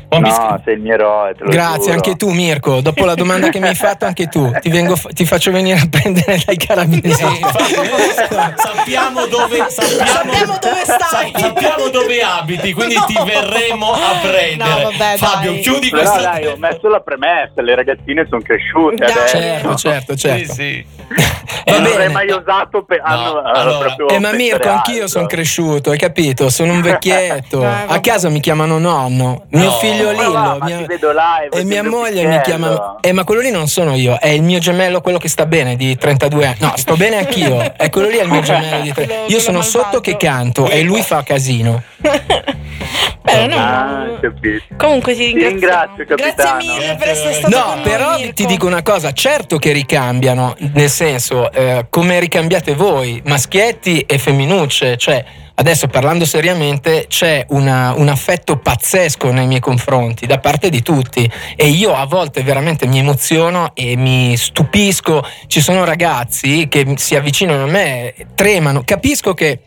Speaker 4: One Piece-
Speaker 7: No, sei il mio eroe. te lo
Speaker 6: Grazie,
Speaker 7: giuro.
Speaker 6: anche tu Mirko, dopo la domanda che mi hai fatto anche tu, ti, vengo fa- ti faccio venire a prendere dai carabinieri.
Speaker 4: Eh, sappiamo dove sappiamo,
Speaker 2: Sappiamo dove stai.
Speaker 4: sa- sappiamo dove abiti quindi ti verremo a prendere
Speaker 8: No, vabbè,
Speaker 4: Fabio
Speaker 8: dai.
Speaker 4: chiudi
Speaker 7: Però
Speaker 4: questa
Speaker 7: dai, ho messo la premessa, le ragazzine sono cresciute
Speaker 2: Dai.
Speaker 7: adesso.
Speaker 6: certo, certo,
Speaker 4: Sì,
Speaker 6: certo.
Speaker 4: sì.
Speaker 6: Va
Speaker 7: non
Speaker 6: bene.
Speaker 7: avrei mai osato per
Speaker 4: No,
Speaker 7: hanno- hanno
Speaker 4: allora.
Speaker 7: proprio
Speaker 6: Eh, ma
Speaker 7: per
Speaker 6: Mirko,
Speaker 7: fare
Speaker 6: anch'io
Speaker 7: altro.
Speaker 6: sono cresciuto, hai capito? Sono un vecchietto.
Speaker 8: Dai, vabbè.
Speaker 6: A casa mi chiamano nonno, mio
Speaker 4: No.
Speaker 6: figlio
Speaker 7: Ma va,
Speaker 6: Lillo.
Speaker 7: ma
Speaker 6: mia-
Speaker 7: ti vedo live,
Speaker 6: E
Speaker 7: sei
Speaker 6: mia
Speaker 7: un
Speaker 6: moglie mi
Speaker 7: picchiello.
Speaker 6: chiama. Eh, ma quello lì non sono io, è il mio gemello, quello che sta bene di 32 anni. No, sto bene anch'io. È quello lì è il mio gemello di 32
Speaker 8: Quello-
Speaker 6: Io sono
Speaker 8: quello malvagio.
Speaker 6: sotto che canto e lui fa casino.
Speaker 8: Beh, no,
Speaker 7: Ah,
Speaker 8: no.
Speaker 7: capito.
Speaker 8: Comunque ti
Speaker 7: Ti
Speaker 8: ringrazio.
Speaker 7: ringrazio, capitano.
Speaker 8: Grazie mille per essere stato con
Speaker 6: No,
Speaker 8: noi,
Speaker 6: però
Speaker 8: Mirko.
Speaker 6: ti dico una cosa, certo che ricambiano, nel senso, eh, come ricambiate voi, maschietti e femminucce, cioè adesso parlando seriamente c'è una- un affetto pazzesco nei miei confronti da parte di tutti e io a volte veramente mi emoziono e mi stupisco, ci sono ragazzi che si avvicinano a me, tremano, capisco che...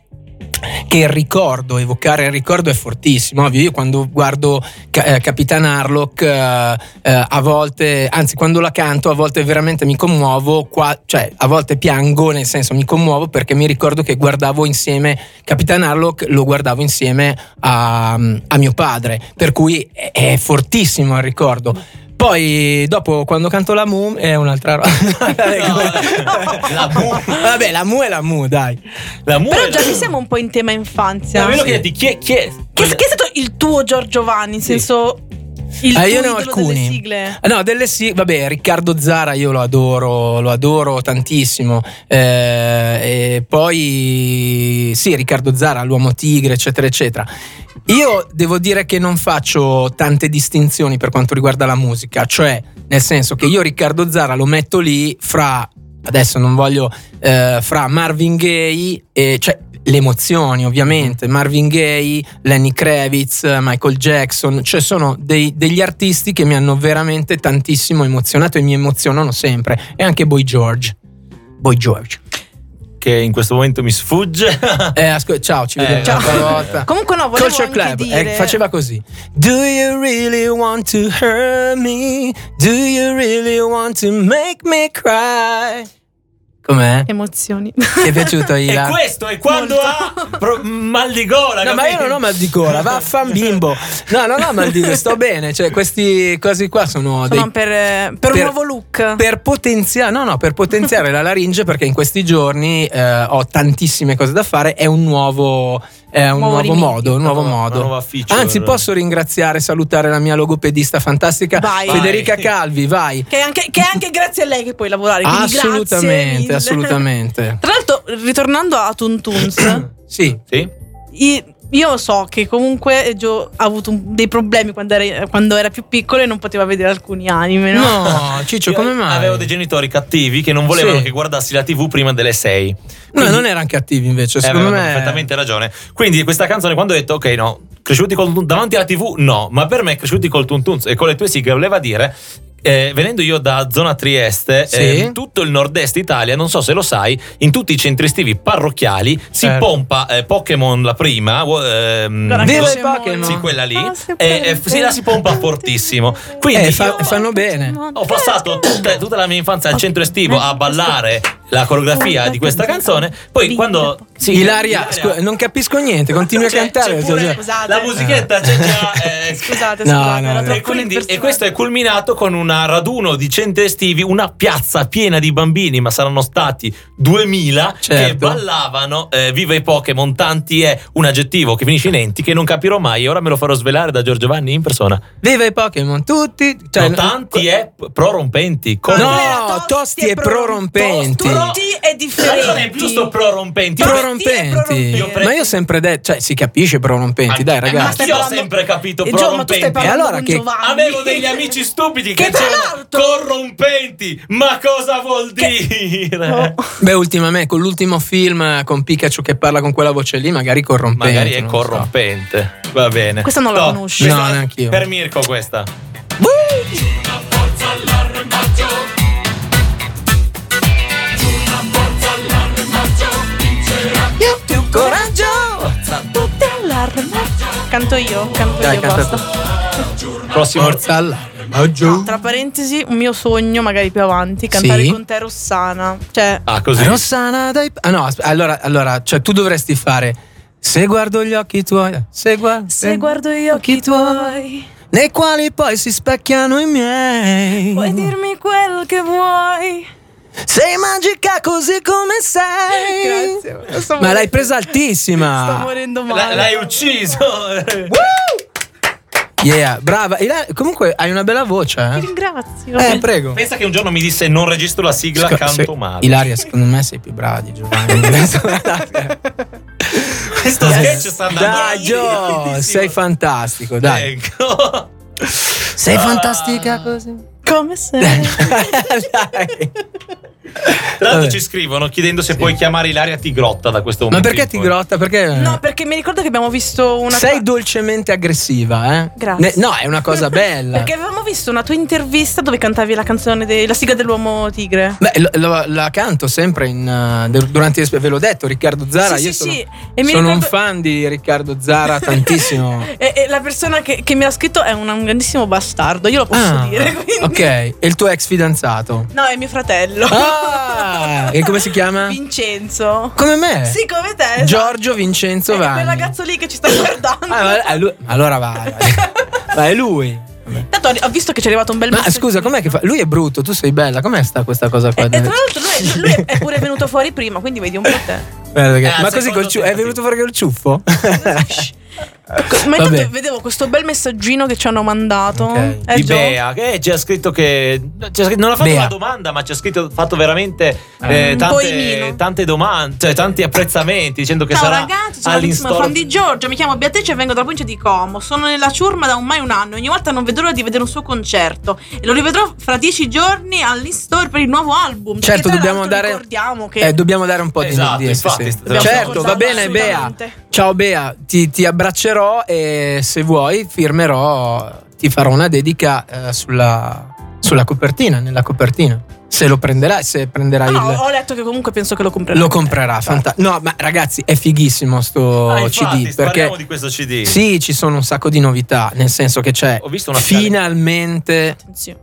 Speaker 6: Che il ricordo, evocare il ricordo è fortissimo. Ovvio, io quando guardo Ca- eh, Capitan Harlock eh, eh, a volte, anzi quando la canto a volte veramente mi commuovo, qua- cioè a volte piango nel senso mi commuovo perché mi ricordo che guardavo insieme Capitan Harlock, lo guardavo insieme a, a mio padre, per cui è, è fortissimo il ricordo. Poi dopo quando canto la Mu è un'altra roba.
Speaker 4: la Mu.
Speaker 6: Vabbè, la Mu è la Mu, dai.
Speaker 4: La mu
Speaker 2: Però
Speaker 4: è-
Speaker 2: già che siamo un po' in tema infanzia.
Speaker 4: Ma ve lo
Speaker 2: Sì.
Speaker 4: chiedi, chi è, chi è?
Speaker 2: Che, che è stato il tuo Giorgio Vanni? In senso, il
Speaker 6: Ah,
Speaker 2: tuo
Speaker 6: io ne ho
Speaker 2: idolo delle
Speaker 6: alcuni.
Speaker 2: sigle.
Speaker 6: Ah, No, delle sì, vabbè, Riccardo Zara io lo adoro, lo adoro tantissimo. Eh, e poi sì, Riccardo Zara, l'uomo tigre, eccetera, eccetera. Io devo dire che non faccio tante distinzioni per quanto riguarda la musica, cioè nel senso che io Riccardo Zara lo metto lì fra, adesso non voglio, eh, fra Marvin Gaye e... Cioè, le emozioni ovviamente, Marvin Gaye, Lenny Kravitz, Michael Jackson, cioè sono dei- degli artisti che mi hanno veramente tantissimo emozionato e mi emozionano sempre, e anche Boy George. Boy George.
Speaker 4: Che in questo momento mi sfugge.
Speaker 6: Eh, ascol- ciao, ci
Speaker 4: Eh,
Speaker 6: vediamo
Speaker 4: ciao.
Speaker 6: un'altra volta.
Speaker 2: Ah. Comunque, no, volevo
Speaker 6: Culture
Speaker 2: anche
Speaker 6: Club
Speaker 2: dire.
Speaker 6: eh, faceva così Do you really want to hurt me? Do you really want to make me cry? Com'è?
Speaker 2: Emozioni.
Speaker 6: Ti è piaciuto
Speaker 4: e
Speaker 6: Ila?
Speaker 4: questo è quando ha pro- mal di gola.
Speaker 6: eh. No, ma io
Speaker 4: capito?
Speaker 6: non ho mal di gola, vaffan bimbo. No, non ho mal di gola, sto bene. Cioè, questi cosi qua sono,
Speaker 2: Sono
Speaker 6: dei-
Speaker 2: per, eh, per un
Speaker 6: per-
Speaker 2: nuovo look.
Speaker 6: per potenziare, no, no, per potenziare la laringe, perché in questi giorni eh, ho tantissime cose da fare. È un nuovo, è
Speaker 2: Nuovo
Speaker 6: un nuovo,
Speaker 2: rimedio.
Speaker 6: modo, un nuovo
Speaker 4: Una nuova-
Speaker 6: modo.
Speaker 4: una nuova feature.
Speaker 6: Anzi, posso ringraziare e salutare la mia logopedista fantastica
Speaker 2: Vai.
Speaker 6: Federica
Speaker 4: Vai.
Speaker 6: Calvi, vai.
Speaker 2: Che è, anche, che è anche grazie a lei che puoi lavorare. quindi grazie
Speaker 6: Assolutamente,
Speaker 2: mille.
Speaker 6: assolutamente.
Speaker 2: Tra l'altro, ritornando a Tuntuns,
Speaker 6: Sì.
Speaker 4: Sì?
Speaker 2: i- io so che comunque Gio ha avuto un- dei problemi quando era, quando era più piccolo e non poteva vedere alcuni anime, no? Cioè,
Speaker 6: No, Ciccio,
Speaker 4: Io
Speaker 6: come mai?
Speaker 4: Avevo dei genitori cattivi che non volevano
Speaker 6: Sì.
Speaker 4: che guardassi la TV prima delle 6.
Speaker 6: No, non erano cattivi invece,
Speaker 4: Eh,
Speaker 6: secondo
Speaker 4: avevano
Speaker 6: me.
Speaker 4: perfettamente ragione. Quindi questa canzone quando ho detto ok no, cresciuti col, davanti alla TV no, ma per me cresciuti col Tuntunz e con le tue sigle voleva dire eh, venendo io da zona Trieste,
Speaker 6: Sì.
Speaker 4: eh, tutto il nord-est Italia, non so se lo sai, in tutti i centri estivi parrocchiali si
Speaker 6: Certo.
Speaker 4: pompa eh, Pokémon la prima, wo- ehm,
Speaker 2: Guarda,
Speaker 6: Viva
Speaker 4: lo-
Speaker 6: i Pokémon.
Speaker 4: sì, quella lì,
Speaker 2: Ah, si
Speaker 4: e, e
Speaker 2: pompa.
Speaker 4: sì, la si pompa fortissimo. Quindi
Speaker 6: Eh, fa-
Speaker 4: io-
Speaker 6: fanno bene.
Speaker 4: ho passato tutta, tutta la mia infanzia al centro estivo a ballare la coreografia di questa canzone. Poi quando. sì,
Speaker 6: Ilaria, scu- non capisco niente, continui a
Speaker 4: Cioè,
Speaker 6: cantare.
Speaker 4: c'è pure
Speaker 2: Scusate.
Speaker 4: la musichetta c'è già. eh,
Speaker 2: Scusate,
Speaker 6: No,
Speaker 2: scusate,
Speaker 6: no,
Speaker 2: era
Speaker 6: no.
Speaker 4: e,
Speaker 2: troppo
Speaker 4: quindi-
Speaker 2: nel
Speaker 4: e questo è culminato con un raduno di centri estivi, una piazza piena di bambini, ma saranno stati 2000 che
Speaker 6: Certo.
Speaker 4: ballavano eh, Viva i Pokémon. Tanti è un aggettivo che finisce in enti che non capirò mai. E ora me lo farò svelare da Giorgio Vanni in persona.
Speaker 6: Viva i Pokémon, tutti. Cioè,
Speaker 4: No, tanti eh. è prorompenti. con-
Speaker 6: No, tosti e prorompenti.
Speaker 2: Tutti e
Speaker 4: Non è
Speaker 2: differenti.
Speaker 4: giusto prorompenti.
Speaker 2: Prorompenti.
Speaker 6: prorompenti.
Speaker 4: Io pre-
Speaker 6: Ma io ho sempre detto, cioè, si capisce prorompenti,
Speaker 4: Anche-
Speaker 6: dai,
Speaker 4: eh,
Speaker 6: ragazzi.
Speaker 4: ma io ho sempre capito
Speaker 2: Eh, Gio, ma tu stai
Speaker 4: prorompenti.
Speaker 2: parlando
Speaker 6: E allora
Speaker 2: con
Speaker 6: che-
Speaker 2: Giovanni.
Speaker 4: Avevo degli amici stupidi che,
Speaker 2: Che tra
Speaker 4: dicevano
Speaker 2: l'altro-
Speaker 4: corrompenti. Ma cosa vuol dire?
Speaker 2: Oh.
Speaker 6: Beh, ultimamente, con l'ultimo film eh, con Pikachu che parla con quella voce lì, magari corrompente.
Speaker 4: Magari è
Speaker 6: non lo so.
Speaker 4: corrompente. Va bene.
Speaker 2: Questa non la
Speaker 4: No,
Speaker 2: conosci.
Speaker 4: questa-
Speaker 6: No, neanch'io.
Speaker 4: Per Mirko questa.
Speaker 2: Canto io, canto
Speaker 6: Dai,
Speaker 2: io,
Speaker 6: canta
Speaker 2: basta.
Speaker 4: Prossimo.
Speaker 6: Forza all'armaggio.
Speaker 2: Ah, Tra parentesi, un mio sogno, magari più avanti, cantare
Speaker 6: Sì.
Speaker 2: con te Rossana. Cioè,
Speaker 4: Ah, così.
Speaker 6: Rossana dai... Ah no, asp- allora, allora, cioè tu dovresti fare... Se guardo gli occhi tuoi, se, gua-
Speaker 2: se guardo gli occhi tuoi,
Speaker 6: nei quali poi si specchiano i miei.
Speaker 2: puoi dirmi quel che vuoi.
Speaker 6: Sei magica così come sei.
Speaker 2: Grazie. Sto
Speaker 6: Ma
Speaker 2: morendo-
Speaker 6: l'hai presa
Speaker 2: Sto
Speaker 6: altissima.
Speaker 2: morendo
Speaker 4: L-
Speaker 2: male.
Speaker 4: l'hai ucciso.
Speaker 6: Yeah, brava. Ila- Comunque hai una bella
Speaker 2: Ti
Speaker 6: voce.
Speaker 2: ringrazio.
Speaker 6: Eh, eh prego.
Speaker 4: Pensa che un giorno mi disse non registro la sigla,
Speaker 6: Sc-
Speaker 4: canto
Speaker 6: se-
Speaker 4: male.
Speaker 6: Ilaria, secondo me sei più brava di Giovanni.
Speaker 4: Questo sketch sta andando.
Speaker 6: dai, Gio, sei fantastico, dai.
Speaker 4: Ecco.
Speaker 6: Sei fantastica così.
Speaker 2: Come sei?
Speaker 6: Dai.
Speaker 4: Tra l'altro
Speaker 6: Vabbè.
Speaker 4: ci scrivono chiedendo se puoi chiamare Ilaria Tigrotta da questo
Speaker 6: Ma
Speaker 4: momento.
Speaker 6: perché
Speaker 4: in
Speaker 6: ti
Speaker 4: poi.
Speaker 6: grotta? Perché
Speaker 2: No, perché mi ricordo che abbiamo visto una.
Speaker 6: sei dolcemente aggressiva, eh?
Speaker 2: Grazie.
Speaker 6: Ne- no, è una cosa bella.
Speaker 2: Perché avevamo visto una tua intervista dove cantavi la canzone de- La sigla dell'uomo tigre.
Speaker 6: Beh, lo- lo- la canto sempre in, eh, de- durante le sp- ve l'ho detto, Riccardo Zara.
Speaker 2: Sì,
Speaker 6: io
Speaker 2: sì,
Speaker 6: sono,
Speaker 2: sì. E mi
Speaker 6: sono un
Speaker 2: ricordo-
Speaker 6: fan di Riccardo Zara tantissimo.
Speaker 2: E, e la persona che, che mi ha scritto è un, un grandissimo bastardo, io lo posso
Speaker 6: Ah,
Speaker 2: dire. Quindi...
Speaker 6: ok, e il tuo ex fidanzato?
Speaker 2: No, è mio fratello.
Speaker 6: Ah, e come si chiama?
Speaker 2: Vincenzo.
Speaker 6: Come me?
Speaker 2: Sì, come te.
Speaker 6: Giorgio Vincenzo
Speaker 2: esatto. È
Speaker 6: Vanni.
Speaker 2: quel ragazzo lì che ci sta guardando.
Speaker 6: Ah, ma- è lui- allora vai. Ma è lui.
Speaker 2: Tanto ho visto che ci è arrivato un bel
Speaker 6: Ma
Speaker 2: messaggio.
Speaker 6: scusa, com'è che fa? Lui è brutto, tu sei bella. Com'è sta questa cosa
Speaker 2: E,
Speaker 6: qua?
Speaker 2: e tra l'altro lui, lui è pure venuto fuori prima, quindi vedi un po' te.
Speaker 6: Guarda che-
Speaker 4: Ah,
Speaker 6: ma
Speaker 4: secondo
Speaker 6: così col ciu-
Speaker 4: te,
Speaker 6: è venuto fuori col ciuffo?
Speaker 2: Ma intanto
Speaker 6: Vabbè.
Speaker 2: vedevo questo bel messaggino che ci hanno mandato.
Speaker 6: Ok.
Speaker 2: Eh,
Speaker 4: di
Speaker 2: Gio.
Speaker 4: Bea che ci ha scritto che ci ha scritto- non ha fatto
Speaker 6: Bea. Ah.
Speaker 4: una domanda ma ci ha scritto fatto veramente eh,
Speaker 2: Un poemino.
Speaker 4: tante, tante domande cioè tanti apprezzamenti dicendo che
Speaker 2: Ciao
Speaker 4: sarà
Speaker 2: ragazzi, sono bellissima
Speaker 4: all'instoro
Speaker 2: fan di Giorgio, mi chiamo Beatrice e vengo dalla provincia di Como. Sono nella ciurma da ormai un anno, ogni volta non vedo l'ora di vedere un suo concerto e lo rivedrò fra dieci giorni all'Instore per il nuovo album. Perché
Speaker 6: Certo,
Speaker 2: tra
Speaker 6: dobbiamo
Speaker 2: l'altro
Speaker 6: dare,
Speaker 2: Ricordiamo che
Speaker 6: eh, dobbiamo dare un po' di-
Speaker 4: Esatto,
Speaker 6: di di-
Speaker 4: infatti,
Speaker 6: sì.
Speaker 4: dobbiamo
Speaker 6: Certo, va
Speaker 2: ascoltarlo
Speaker 6: bene, Bea.
Speaker 2: assolutamente.
Speaker 6: Ciao, Bea, ti, ti abbraccerò e se vuoi firmerò, ti farò una dedica eh, sulla, sulla copertina, nella copertina. Se lo prenderai, se prenderai
Speaker 2: Ah, no, cioè.
Speaker 6: il.
Speaker 2: ho letto che comunque penso che lo comprerà.
Speaker 6: Lo comprerà, fanta- No, ma ragazzi, è fighissimo sto
Speaker 4: Ah, infatti, parliamo
Speaker 6: CD. Oh, Perché
Speaker 4: di questo CD
Speaker 6: sì, ci sono un sacco di novità. Nel senso che c'è
Speaker 4: Ho visto una scala-
Speaker 6: finalmente.
Speaker 2: Attenzione.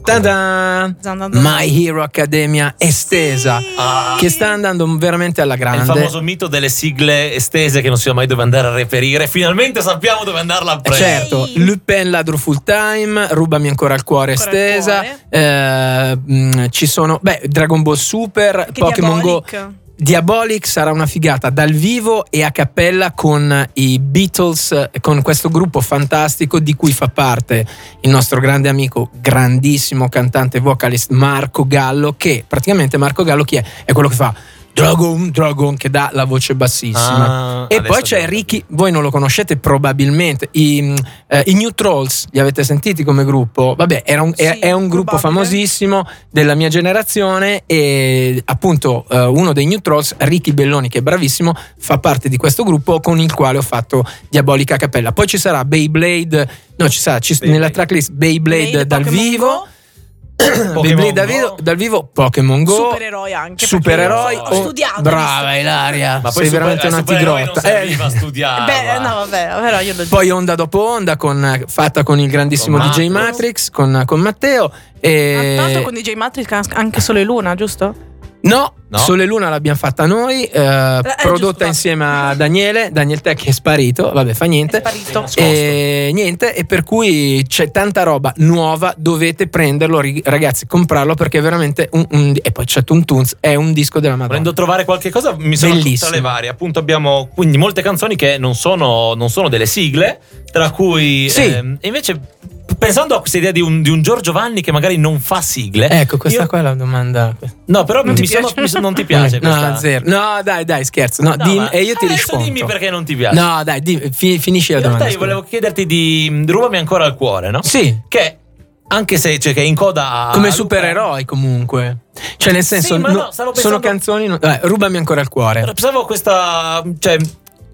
Speaker 6: Ta-da!
Speaker 2: Zan, zan, zan.
Speaker 6: My Hero Academia estesa.
Speaker 2: Sì.
Speaker 4: Ah.
Speaker 6: Che sta andando veramente alla
Speaker 4: È il
Speaker 6: grande. Eh,
Speaker 4: famoso mito delle sigle estese che non si sa mai dove andare a reperire. Finalmente sappiamo dove andarla a
Speaker 6: Eh,
Speaker 4: prendere.
Speaker 6: Certo,
Speaker 2: Ehi.
Speaker 6: Lupin ladro full time, Rubami ancora il cuore
Speaker 2: Ancora il
Speaker 6: estesa. eh, mh, ci sono, beh, Dragon Ball Super,
Speaker 2: Che
Speaker 6: Pokémon Go.
Speaker 2: Diabolic.
Speaker 6: Diabolic sarà una figata dal vivo e a cappella con i Beatles, eh, con questo gruppo fantastico di cui fa parte il nostro grande amico, grandissimo cantante e vocalist Marco Gallo, che praticamente Marco Gallo chi è? È quello che fa Dragon, Dragon, che dà la voce bassissima.
Speaker 4: Ah,
Speaker 6: E
Speaker 4: adesso
Speaker 6: poi c'è
Speaker 4: abbiamo-
Speaker 6: Ricky, voi non lo conoscete probabilmente, i, mm, eh, i New Trolls, li avete sentiti come gruppo? Vabbè, era un- è,
Speaker 2: Sì,
Speaker 6: è un gruppo
Speaker 2: probabile.
Speaker 6: famosissimo della mia generazione e appunto eh, uno dei New Trolls, Ricky Belloni, che è bravissimo, fa parte di questo gruppo con il quale ho fatto Diabolica a Cappella. Poi ci sarà Beyblade, no ci sarà ci-
Speaker 4: Beyblade.
Speaker 6: nella tracklist Beyblade,
Speaker 2: Blade,
Speaker 6: dal
Speaker 2: Pokémon
Speaker 6: vivo,
Speaker 2: Go,
Speaker 6: Beyblade dal
Speaker 4: Go.
Speaker 6: vivo, dal vivo Pokémon Go.
Speaker 2: supereroi anche.
Speaker 6: Supereroi,
Speaker 2: perché Ho
Speaker 6: oh,
Speaker 2: studiato.
Speaker 6: brava Ilaria,
Speaker 4: Ma poi
Speaker 6: sei
Speaker 4: super-
Speaker 6: veramente
Speaker 4: eh,
Speaker 6: una Eh,
Speaker 4: supereroi non
Speaker 6: tigrotta.
Speaker 4: serviva a
Speaker 2: visto.
Speaker 4: studiare.
Speaker 2: Beh, no, vabbè, però io lo
Speaker 6: Poi onda dopo onda con- fatta con il grandissimo
Speaker 4: Con
Speaker 6: DJ
Speaker 4: Matteo.
Speaker 6: Matrix, con, con Matteo. E...
Speaker 2: Ah, tanto con DJ Matrix can- anche solo e Luna, giusto?
Speaker 6: No,
Speaker 4: No.
Speaker 6: Sole e Luna l'abbiamo fatta noi, eh, prodotta
Speaker 2: giusto,
Speaker 6: insieme
Speaker 2: va.
Speaker 6: a Daniele, Daniel Tech è sparito, vabbè fa
Speaker 2: È
Speaker 6: niente.
Speaker 2: sparito.
Speaker 6: Eh, E niente, e per cui c'è tanta roba nuova, dovete prenderlo, ri- ragazzi, comprarlo perché è veramente un, un- E poi c'è Tuntuns, è un disco della Madonna.
Speaker 4: Volendo trovare qualche cosa, mi sono
Speaker 6: Bellissimo.
Speaker 4: tutte le varie. Appunto, abbiamo quindi molte canzoni che non sono, non sono delle sigle, tra cui.
Speaker 6: Sì.
Speaker 4: ehm, e invece, pensando a questa idea di un, di un Giorgio Vanni che magari non fa sigle.
Speaker 6: Ecco, questa
Speaker 4: io-
Speaker 6: qua è la domanda.
Speaker 4: No, però
Speaker 2: Non
Speaker 4: mi
Speaker 2: ti
Speaker 4: sono-
Speaker 2: piace?
Speaker 4: mi sono- non ti piace questa.
Speaker 6: No, zero. No, dai, dai, scherzo. No,
Speaker 4: No,
Speaker 6: dim-
Speaker 4: ma
Speaker 6: e io ti
Speaker 4: adesso
Speaker 6: rispondo.
Speaker 4: Dimmi perché non ti piace.
Speaker 6: No, dai, di- fi- finisci la
Speaker 4: In realtà
Speaker 6: domanda.
Speaker 4: io
Speaker 6: scusa.
Speaker 4: volevo chiederti di mm, rubami ancora il cuore, no?
Speaker 6: Sì,
Speaker 4: Che anche se cioè, che è in coda a
Speaker 6: come
Speaker 4: a Lupin,
Speaker 6: supereroi comunque. Cioè, nel senso,
Speaker 4: Sì, ma
Speaker 6: no-
Speaker 4: no, stavo pensando-
Speaker 6: sono canzoni. no- eh, rubami ancora il cuore.
Speaker 4: Pensavo a questa cioè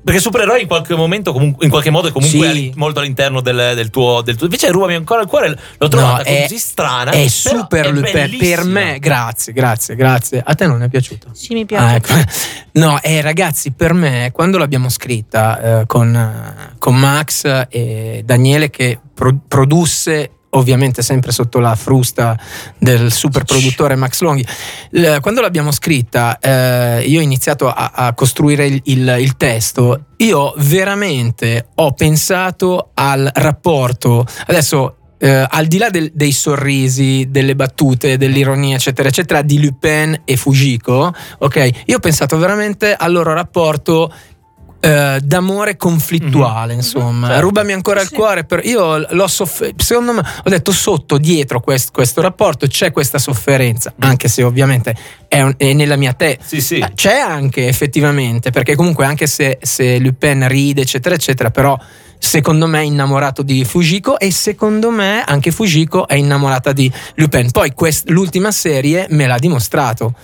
Speaker 4: Perché supereroi in qualche momento, comunque, in qualche modo, è comunque
Speaker 6: Sì.
Speaker 4: all- molto all'interno del, del tuo, del tuo- Invece, rubami ancora il cuore. L'ho trovata così strana.
Speaker 6: È
Speaker 4: però
Speaker 6: super
Speaker 4: è
Speaker 6: Lupin.
Speaker 4: bellissima.
Speaker 6: per me. Grazie, grazie, grazie. A te non è piaciuto?
Speaker 2: Sì, mi
Speaker 6: Ah,
Speaker 2: piace.
Speaker 6: ecco. No, eh, ragazzi, per me, quando l'abbiamo scritta eh, con, eh, con Max e Daniele, che pro- produsse ovviamente sempre sotto la frusta del super produttore Max Longhi, l- quando l'abbiamo scritta, eh, io ho iniziato a, a costruire il, il- il testo, io veramente ho pensato al rapporto, adesso... eh, al di là del- dei sorrisi, delle battute, dell'ironia, eccetera, eccetera, di Lupin e Fujiko, Ok, io ho pensato veramente al loro rapporto eh, d'amore conflittuale, insomma.
Speaker 4: Certo.
Speaker 6: Rubami ancora il
Speaker 2: Sì.
Speaker 6: cuore, per- io l- l'ho soff- secondo me ho detto sotto, dietro quest- questo rapporto c'è questa sofferenza, anche se ovviamente è, un- è nella mia te.
Speaker 4: Sì, sì.
Speaker 6: Eh, C'è anche effettivamente, perché comunque anche se, se Lupin ride, eccetera, eccetera, però secondo me è innamorato di Fujiko e secondo me anche Fujiko è innamorata di Lupin. Poi quest- l'ultima serie me l'ha dimostrato.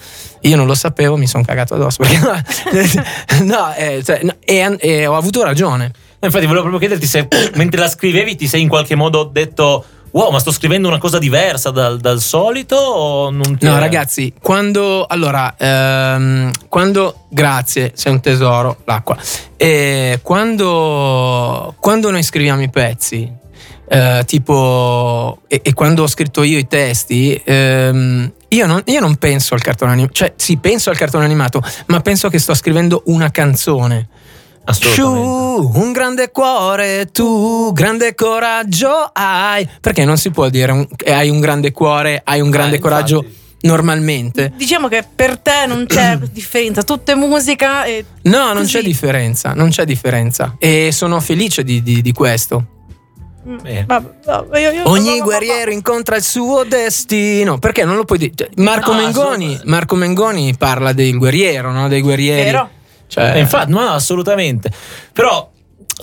Speaker 6: Io non lo sapevo, mi sono cagato addosso. perché- no, eh, cioè, no, e, e ho avuto ragione.
Speaker 4: Infatti, volevo proprio chiederti se mentre la scrivevi ti sei in qualche modo detto. Wow, ma sto scrivendo una cosa diversa dal, dal solito? O non ti
Speaker 6: No,
Speaker 4: era?
Speaker 6: ragazzi, quando allora, ehm, quando grazie, sei un tesoro, l'acqua. E quando, quando noi scriviamo i pezzi, eh, tipo, e, e quando ho scritto io i testi, ehm, io, non, io non penso al cartone animato, cioè sì, penso al cartone animato, ma penso che sto scrivendo una canzone.
Speaker 4: Assolutamente.
Speaker 6: Sciù, un grande cuore tu, grande coraggio hai. Perché non si può dire un- che hai un grande cuore, hai un grande
Speaker 4: Eh,
Speaker 6: coraggio
Speaker 4: infatti.
Speaker 6: normalmente.
Speaker 2: Diciamo che per te non c'è differenza, tutto è musica e
Speaker 6: No, non
Speaker 2: Così.
Speaker 6: c'è differenza, non c'è differenza. E sono felice di, di- di questo.
Speaker 4: Bene.
Speaker 2: Mm. Vabbè, no, io- io-
Speaker 6: Eh. Ogni
Speaker 2: no, no, no,
Speaker 6: guerriero incontra il suo destino. Perché non lo puoi dire? Cioè, Marco,
Speaker 4: No,
Speaker 6: Mengoni,
Speaker 4: Ah, assolutamente.
Speaker 6: Marco Mengoni parla del guerriero, no? Dei guerrieri.
Speaker 2: Vero.
Speaker 6: Cioè,
Speaker 4: Eh, infatti, no, assolutamente. Però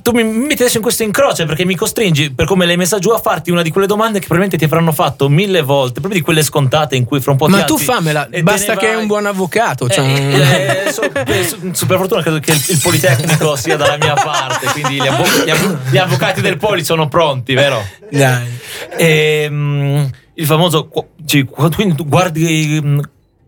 Speaker 4: tu mi metti adesso in questo incrocio perché mi costringi, per come l'hai messa giù, a farti una di quelle domande che probabilmente ti avranno fatto mille volte, proprio di quelle scontate in cui fra un po'
Speaker 6: Ma
Speaker 4: ti
Speaker 6: tu
Speaker 4: alzi
Speaker 6: fammela,
Speaker 4: e te
Speaker 6: basta
Speaker 4: ne
Speaker 6: che hai
Speaker 4: vai.
Speaker 6: un buon avvocato. Cioè,
Speaker 4: Eh, eh, so- eh, so- so- per fortuna credo che il, il Politecnico sia dalla mia parte, quindi gli, avvo- gli avvo- gli avvocati del Poli sono pronti, vero?
Speaker 6: Dai.
Speaker 4: Ehm, il famoso. qu- ci- qu- quindi tu guardi. mh,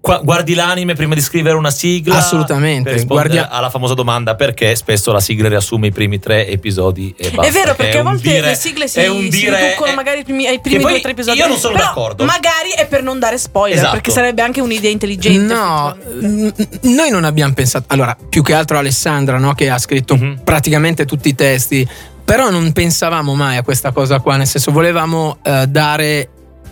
Speaker 4: qua- Guardi l'anime prima di scrivere una sigla?
Speaker 6: Assolutamente,
Speaker 4: Per rispondere
Speaker 6: guardia-
Speaker 4: alla famosa domanda perché spesso la sigla riassume i primi tre episodi e basta.
Speaker 2: È vero,
Speaker 4: che
Speaker 2: perché a
Speaker 4: un
Speaker 2: volte
Speaker 4: dire-
Speaker 2: le sigle si,
Speaker 4: è un
Speaker 2: si
Speaker 4: dire-
Speaker 2: riducono
Speaker 4: è-
Speaker 2: magari ai primi, ai
Speaker 4: che
Speaker 2: primi
Speaker 4: poi
Speaker 2: due o tre episodi.
Speaker 4: Io non sono
Speaker 2: Però
Speaker 4: d'accordo.
Speaker 2: Magari è per non dare spoiler,
Speaker 4: Esatto.
Speaker 2: perché sarebbe anche un'idea intelligente.
Speaker 6: No,
Speaker 2: effettivamente.
Speaker 6: n- noi non abbiamo pensato. Allora, più che altro Alessandra, no, che ha scritto
Speaker 4: Mhm.
Speaker 6: praticamente tutti i testi, però non pensavamo mai a questa cosa qua. Nel senso, volevamo eh, dare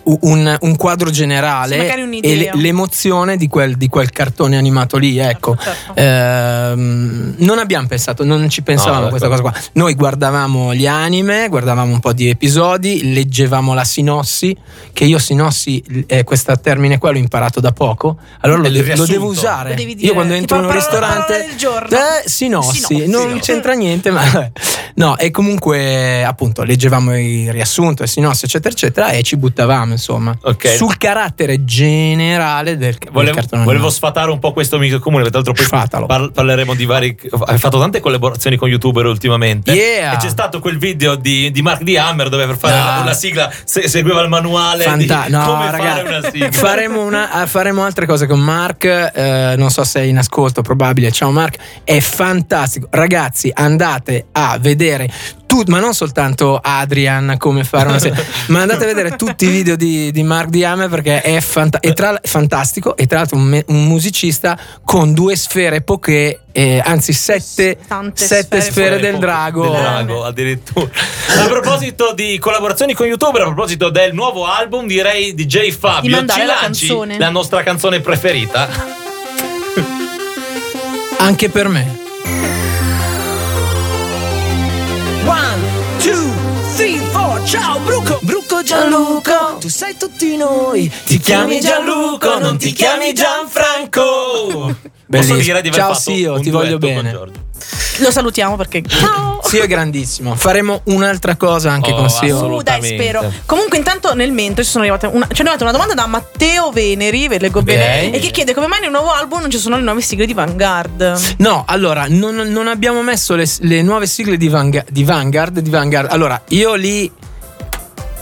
Speaker 6: u- un, un quadro
Speaker 2: Sì,
Speaker 6: generale
Speaker 2: magari un'idea.
Speaker 6: e le- l'emozione di quel, di quel cartone animato lì. Ecco,
Speaker 2: Certo.
Speaker 6: Ehm, non abbiamo pensato, non ci pensavamo
Speaker 4: No, ecco.
Speaker 6: a questa cosa qua. Noi guardavamo gli anime, guardavamo un po' di episodi, leggevamo la sinossi, che io sinossi, eh, questo termine qua l'ho imparato da poco, allora lo,
Speaker 4: Il
Speaker 6: de- lo
Speaker 4: riassunto.
Speaker 6: devo usare.
Speaker 2: Lo devi dire,
Speaker 6: io quando
Speaker 2: tipo
Speaker 6: entro in un
Speaker 2: la parola- la parola
Speaker 6: ristorante...
Speaker 2: del giorno.
Speaker 6: Eh, sinossi,
Speaker 2: Sinossi,
Speaker 6: non
Speaker 2: no.
Speaker 6: c'entra niente, ma... vabbè. No, e comunque appunto leggevamo il riassunto, il sinossi, eccetera, eccetera, e ci buttavamo, insomma,
Speaker 4: Ok.
Speaker 6: sul carattere generale del, del
Speaker 4: Volevo,
Speaker 6: cartone.
Speaker 4: volevo
Speaker 6: animato.
Speaker 4: sfatare un po' questo mito comune, che tra l'altro poi
Speaker 6: Sfatalo.
Speaker 4: par- parleremo di vari. Hai fatto tante collaborazioni con youtuber ultimamente.
Speaker 6: Yeah.
Speaker 4: E c'è stato quel video di, di Mark D. Hammer dove per fare
Speaker 6: No.
Speaker 4: la, la sigla se- seguiva il manuale
Speaker 6: Ah. Fanta-
Speaker 4: di
Speaker 6: no,
Speaker 4: come
Speaker 6: raga,
Speaker 4: fare una sigla.
Speaker 6: faremo, una- eh, faremo altre cose con Mark. eh, non so se è in ascolto, probabile. Ciao Mark, è fantastico. Ragazzi, andate a vedere. tut- ma non soltanto Adrian come fare una serie, ma andate a vedere tutti i video di, di Mark Diame perché è fanta- e tra- fantastico e tra l'altro un, me- un musicista con due sfere poche, eh, anzi sette,
Speaker 2: Tante
Speaker 6: sette
Speaker 2: sfere
Speaker 6: sfere,
Speaker 2: poche.
Speaker 6: del drago.
Speaker 4: Del drago, addirittura. A proposito di collaborazioni con youtuber, a proposito del nuovo album, direi di J
Speaker 2: Di
Speaker 4: Fabio.
Speaker 2: mandare
Speaker 4: ci
Speaker 2: la
Speaker 4: lanci
Speaker 2: canzone.
Speaker 4: la nostra canzone preferita.
Speaker 6: Anche per me.
Speaker 9: One, two, three, four, ciao Bruco! Bruco Gianluco, tu sei tutti noi,
Speaker 4: Ti chiami Gianluco, non ti chiami Gianfranco. Posso
Speaker 6: Bellissimo.
Speaker 4: dire di aver
Speaker 6: Ciao,
Speaker 4: fatto
Speaker 6: Sio,
Speaker 4: un
Speaker 6: ti voglio
Speaker 4: duetto con
Speaker 6: bene.
Speaker 4: Giorgio.
Speaker 2: Lo salutiamo perché. Ciao!
Speaker 6: Sio è grandissimo. Faremo un'altra cosa anche
Speaker 4: Oh,
Speaker 6: con Sio.
Speaker 4: assolutamente.
Speaker 2: Uh, dai, spero. Comunque, intanto, nel mentre ci sono arrivate una, ci è arrivata una domanda da Matteo Veneri, ve leggo bene,
Speaker 4: Bene.
Speaker 2: e che chiede come mai nel nuovo album non ci sono le nuove sigle di Vanguard.
Speaker 6: No, allora, non, non abbiamo messo le, le nuove sigle di, Vanga- di Vanguard, di Vanguard. Allora, io lì.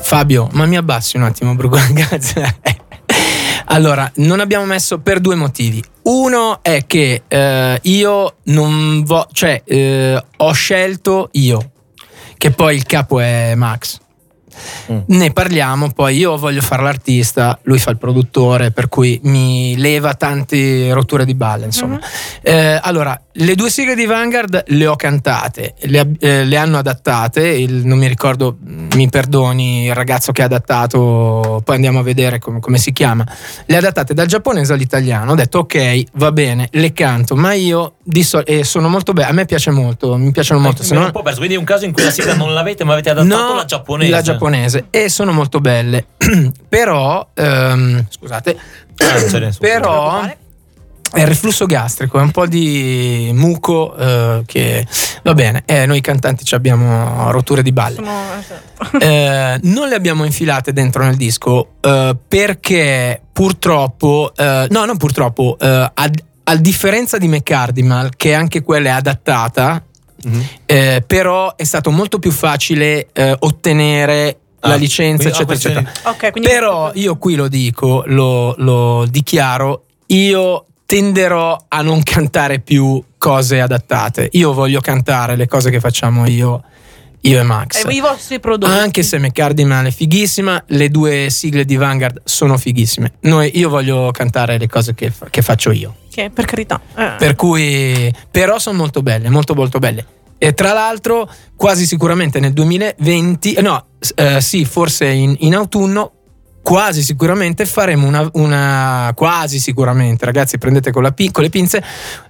Speaker 6: Fabio, ma mi abbassi un attimo, Brugo. grazie. Allora, non abbiamo messo per due motivi. Uno è che eh, io non vo- cioè, eh, ho scelto io, che poi il capo è Max.
Speaker 4: Mm.
Speaker 6: Ne parliamo, poi io voglio fare l'artista, lui fa il produttore, per cui mi leva tante rotture di balle, insomma. Eh, allora, le due sigle di Vanguard le ho cantate, le, ab- eh, le hanno adattate, il- non mi ricordo, mi perdoni, il ragazzo che ha adattato, poi andiamo a vedere com- come si chiama, le adattate dal giapponese all'italiano. Ho detto ok, va bene, le canto, ma io di sol- e sono molto belle, a me piace molto, mi piacciono molto.
Speaker 4: Mi
Speaker 6: se
Speaker 4: ero
Speaker 6: no-
Speaker 4: Eh, un po' perso. Quindi è un caso in cui la sigla non l'avete, ma avete adattato la giapponese.
Speaker 6: la giapponese, e sono molto belle. Però, ehm, scusate,
Speaker 4: Ah, non c'è nessuno.
Speaker 6: però è il reflusso gastrico, è un po' di muco eh, che va bene, eh, noi cantanti ci abbiamo rotture di balle.
Speaker 2: Sono-
Speaker 6: Eh, non le abbiamo infilate dentro nel disco eh, perché purtroppo, eh, no, non purtroppo, eh, ad- a differenza di McCardimal, che anche quella è adattata,
Speaker 4: Mhm.
Speaker 6: eh, però è stato molto più facile eh, ottenere
Speaker 4: Ah,
Speaker 6: la licenza,
Speaker 4: quindi- ah,
Speaker 6: eccetera,
Speaker 4: questi-
Speaker 6: eccetera.
Speaker 2: Ok, quindi.
Speaker 6: Però io qui lo dico, lo, lo dichiaro, io tenderò a non cantare più cose adattate. Io voglio cantare le cose che facciamo io, io e Max.
Speaker 2: Eh, I vostri prodotti.
Speaker 6: Anche se McCardiman è fighissima, le due sigle di Vanguard sono fighissime. Noi- io voglio cantare le cose che, fa- che faccio io.
Speaker 2: Che, per carità. eh.
Speaker 6: Per cui, però, sono molto belle, molto, molto belle. E tra l'altro, quasi sicuramente nel 2020, eh, no, s- eh, sì, forse in, in autunno. Quasi sicuramente faremo una, una- Quasi sicuramente, ragazzi, prendete con, la pi- con le pinze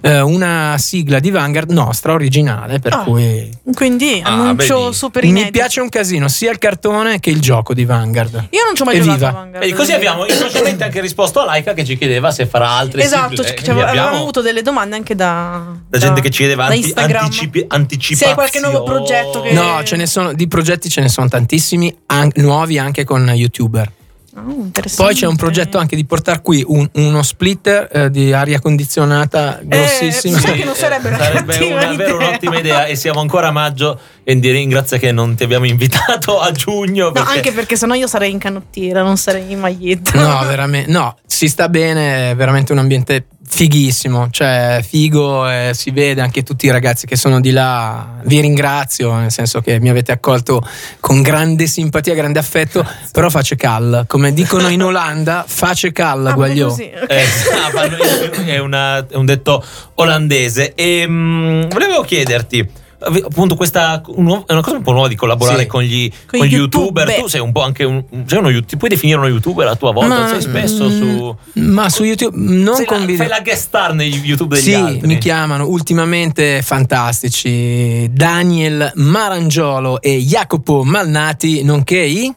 Speaker 6: eh, una sigla di Vanguard nostra originale. Per
Speaker 2: Ah.
Speaker 6: cui
Speaker 2: Quindi
Speaker 4: Ah,
Speaker 2: annuncio
Speaker 4: vedi.
Speaker 2: super
Speaker 6: mi
Speaker 2: inedito.
Speaker 6: piace un casino sia il cartone che il gioco di Vanguard.
Speaker 2: Io non ci ho mai
Speaker 6: Evviva.
Speaker 2: giocato a Vanguard.
Speaker 4: E così
Speaker 2: devo dire.
Speaker 4: abbiamo inconsciamente anche risposto a Laika che ci chiedeva se farà altre
Speaker 2: Esatto,
Speaker 4: sigle.
Speaker 2: ci-
Speaker 4: Eh,
Speaker 2: ci
Speaker 4: quindi
Speaker 2: avevamo
Speaker 4: abbiamo
Speaker 2: avuto delle domande anche da.
Speaker 4: la gente che ci chiedeva
Speaker 2: da
Speaker 4: anti-
Speaker 2: Instagram.
Speaker 4: anticipi- anticipazioni.
Speaker 2: Se hai qualche nuovo progetto
Speaker 4: Eh.
Speaker 2: che-
Speaker 6: No, ce ne sono, di progetti ce ne sono tantissimi, an- nuovi anche con youtuber.
Speaker 2: Oh, interessante.
Speaker 6: Poi c'è un progetto anche di portare qui un- uno splitter eh, di aria condizionata grossissimo.
Speaker 2: mi sa Eh, che non sarebbe una cattiva
Speaker 4: una, vera
Speaker 2: idea.
Speaker 4: un'ottima idea e siamo ancora a maggio e ti ringrazia che non ti abbiamo invitato a giugno
Speaker 2: No,
Speaker 4: perché
Speaker 2: anche perché sennò io sarei in canottiera, non sarei in maglietta.
Speaker 6: No, veramente, no, si sta bene, è veramente un ambiente fighissimo, cioè figo, eh, si vede anche tutti i ragazzi che sono di là, vi ringrazio, nel senso che mi avete accolto con grande simpatia, grande affetto, però face cal, come dicono in Olanda, face cal,
Speaker 2: Ah, proprio
Speaker 6: guagliò.
Speaker 2: così, ok.
Speaker 4: Eh, ah, fanno- è, una- è un detto olandese. E mm, volevo chiederti. Appunto, questa nu- è una cosa un po' nuova di collaborare
Speaker 6: Sì.
Speaker 4: con gli,
Speaker 2: Con
Speaker 4: con gli
Speaker 2: gli
Speaker 4: youtuber.
Speaker 2: youtuber.
Speaker 4: Tu sei un po' anche un. Sei uno, you- ti puoi definire uno youtuber a tua volta?
Speaker 6: Ma-
Speaker 4: sei spesso
Speaker 6: mm,
Speaker 4: su.
Speaker 6: Ma su YouTube non
Speaker 4: sei la-
Speaker 6: con video.
Speaker 4: Fai la guest star negli YouTube degli
Speaker 6: sì,
Speaker 4: altri.
Speaker 6: mi chiamano ultimamente fantastici Daniel Marangiolo e Jacopo Malnati, nonché i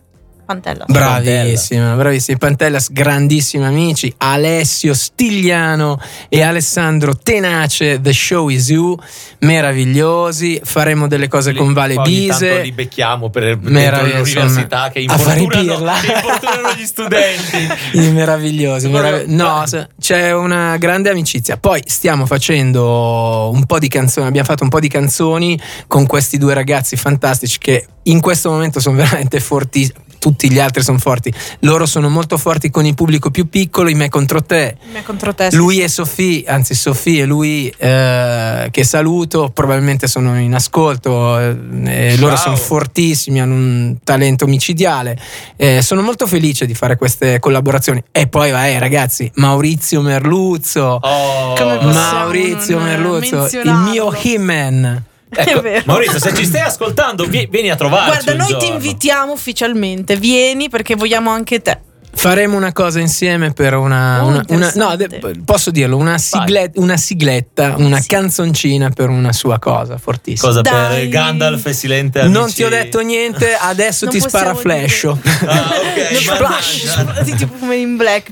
Speaker 2: Pantella.
Speaker 6: bravissimi, bravissimi Pantellas, grandissimi amici Alessio Stigliano e Alessandro Tenace, The Show Is You, meravigliosi, faremo delle cose
Speaker 4: Li-
Speaker 6: con Vale
Speaker 4: poi ogni tanto li
Speaker 6: Bise.
Speaker 4: becchiamo per dentro
Speaker 6: Meraviglioso,
Speaker 4: l'università
Speaker 6: insomma,
Speaker 4: che
Speaker 6: a fare
Speaker 4: infortunano,
Speaker 6: pirla.
Speaker 4: che infortunano gli studenti.
Speaker 6: I meravigliosi,
Speaker 4: Loro-
Speaker 6: merav- no, se- c'è una grande amicizia. Poi stiamo facendo un po' di canzoni, abbiamo fatto un po' di canzoni con questi due ragazzi fantastici che in questo momento sono veramente forti. Tutti gli altri sono forti. Loro sono molto forti con il pubblico più piccolo, i me contro te.
Speaker 2: Me contro te.
Speaker 6: Lui e Sofì, anzi Sofì e lui eh, che saluto, probabilmente sono in ascolto, eh, eh, loro
Speaker 4: Ciao.
Speaker 6: sono fortissimi, hanno un talento micidiale, Eh, sono molto felice di fare queste collaborazioni. E poi vai ragazzi, Maurizio Merluzzo,
Speaker 4: Oh,
Speaker 2: Come possiamo
Speaker 6: Maurizio
Speaker 2: non
Speaker 6: Merluzzo, il
Speaker 2: menzionarlo?
Speaker 6: mio He-Man. ecco,
Speaker 2: È vero.
Speaker 4: Maurizio, se ci stai ascoltando, vi- vieni a trovarci.
Speaker 2: Guarda,
Speaker 4: un
Speaker 2: noi ti
Speaker 4: giorno.
Speaker 2: invitiamo ufficialmente. Vieni perché vogliamo anche te.
Speaker 6: Faremo una cosa insieme per una.
Speaker 2: Oh,
Speaker 6: una- una- no,
Speaker 2: interessante.
Speaker 6: de- posso dirlo, una, sigle- una sigletta, una
Speaker 2: Sì.
Speaker 6: canzoncina per una sua cosa fortissima.
Speaker 4: Cosa
Speaker 2: Dai.
Speaker 4: per Gandalf e Silente
Speaker 6: Non
Speaker 4: amici.
Speaker 6: ti ho detto niente, adesso
Speaker 2: Non
Speaker 6: ti
Speaker 2: possiamo
Speaker 6: spara
Speaker 2: dire.
Speaker 6: flash.
Speaker 4: Ah, ok.
Speaker 2: Lo
Speaker 4: mannaggia.
Speaker 2: splash, splash, tipo come in black.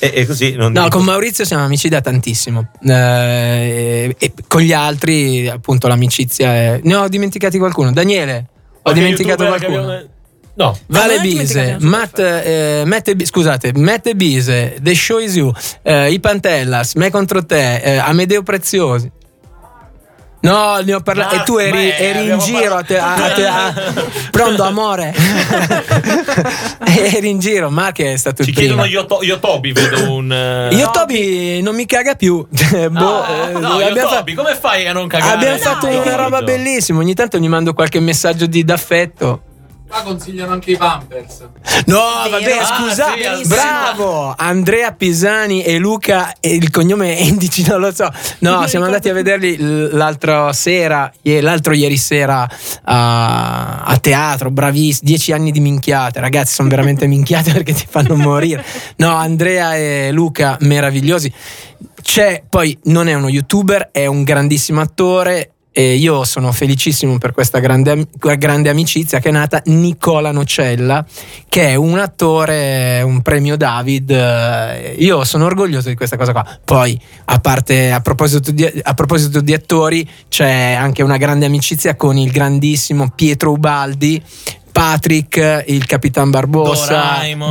Speaker 4: E, e così non
Speaker 6: No, con Maurizio siamo amici da tantissimo. Eh, e con gli altri, appunto, l'amicizia è. Ne ho dimenticati qualcuno. Daniele, ho
Speaker 4: Qualche
Speaker 6: dimenticato
Speaker 4: youtuber che
Speaker 6: qualcuno.
Speaker 4: abbiamo- No.
Speaker 6: Vale
Speaker 2: Ah, non ho
Speaker 6: Bise,
Speaker 2: dimenticato,
Speaker 6: Matt, eh, Matt B- scusate, Matt Bise, The Show Is You, eh, I Pantellas, Me contro te, eh, Amedeo Preziosi. No, ne ho parlato.
Speaker 4: Ma-
Speaker 6: e tu eri,
Speaker 4: ma-
Speaker 6: eri in
Speaker 4: abbiamo
Speaker 6: giro a te. a- a te- a- pronto, amore. eri in giro. Mark è stato
Speaker 4: Ci
Speaker 6: il primo.
Speaker 4: chiedono Yoto- Yotobi, vedo un. eh,
Speaker 6: Io Toby non mi caga più. boh,
Speaker 4: Ah,
Speaker 6: eh,
Speaker 4: no,
Speaker 6: abbiamo fa-
Speaker 4: Yotobi, come fai a non cagare?
Speaker 6: abbiamo
Speaker 4: No,
Speaker 6: fatto
Speaker 4: no,
Speaker 6: una roba
Speaker 4: no.
Speaker 6: bellissima. Ogni tanto gli mando qualche messaggio di d'affetto.
Speaker 5: Qua consigliano anche i pampers.
Speaker 6: No,
Speaker 2: Vero.
Speaker 6: vabbè,
Speaker 2: Ah,
Speaker 4: sì,
Speaker 6: scusate,
Speaker 4: benissimo.
Speaker 6: bravo Andrea Pisani e Luca, e il cognome è Endici, non lo so. No, siamo andati a vederli l- l'altra sera, i- l'altro ieri sera a, a teatro, bravissimi, dieci anni di minchiate, ragazzi, sono veramente minchiate perché ti fanno morire. No, Andrea e Luca, meravigliosi. C'è, poi non è uno youtuber, è un grandissimo attore. E io sono felicissimo per questa grande, am- grande amicizia che è nata Nicola Nocella, che è un attore, un premio David. eh, Io sono orgoglioso di questa cosa qua. Poi, a parte, a proposito di, a proposito di attori, c'è anche una grande amicizia con il grandissimo Pietro Ubaldi. Patrick, il Capitan Barbossa,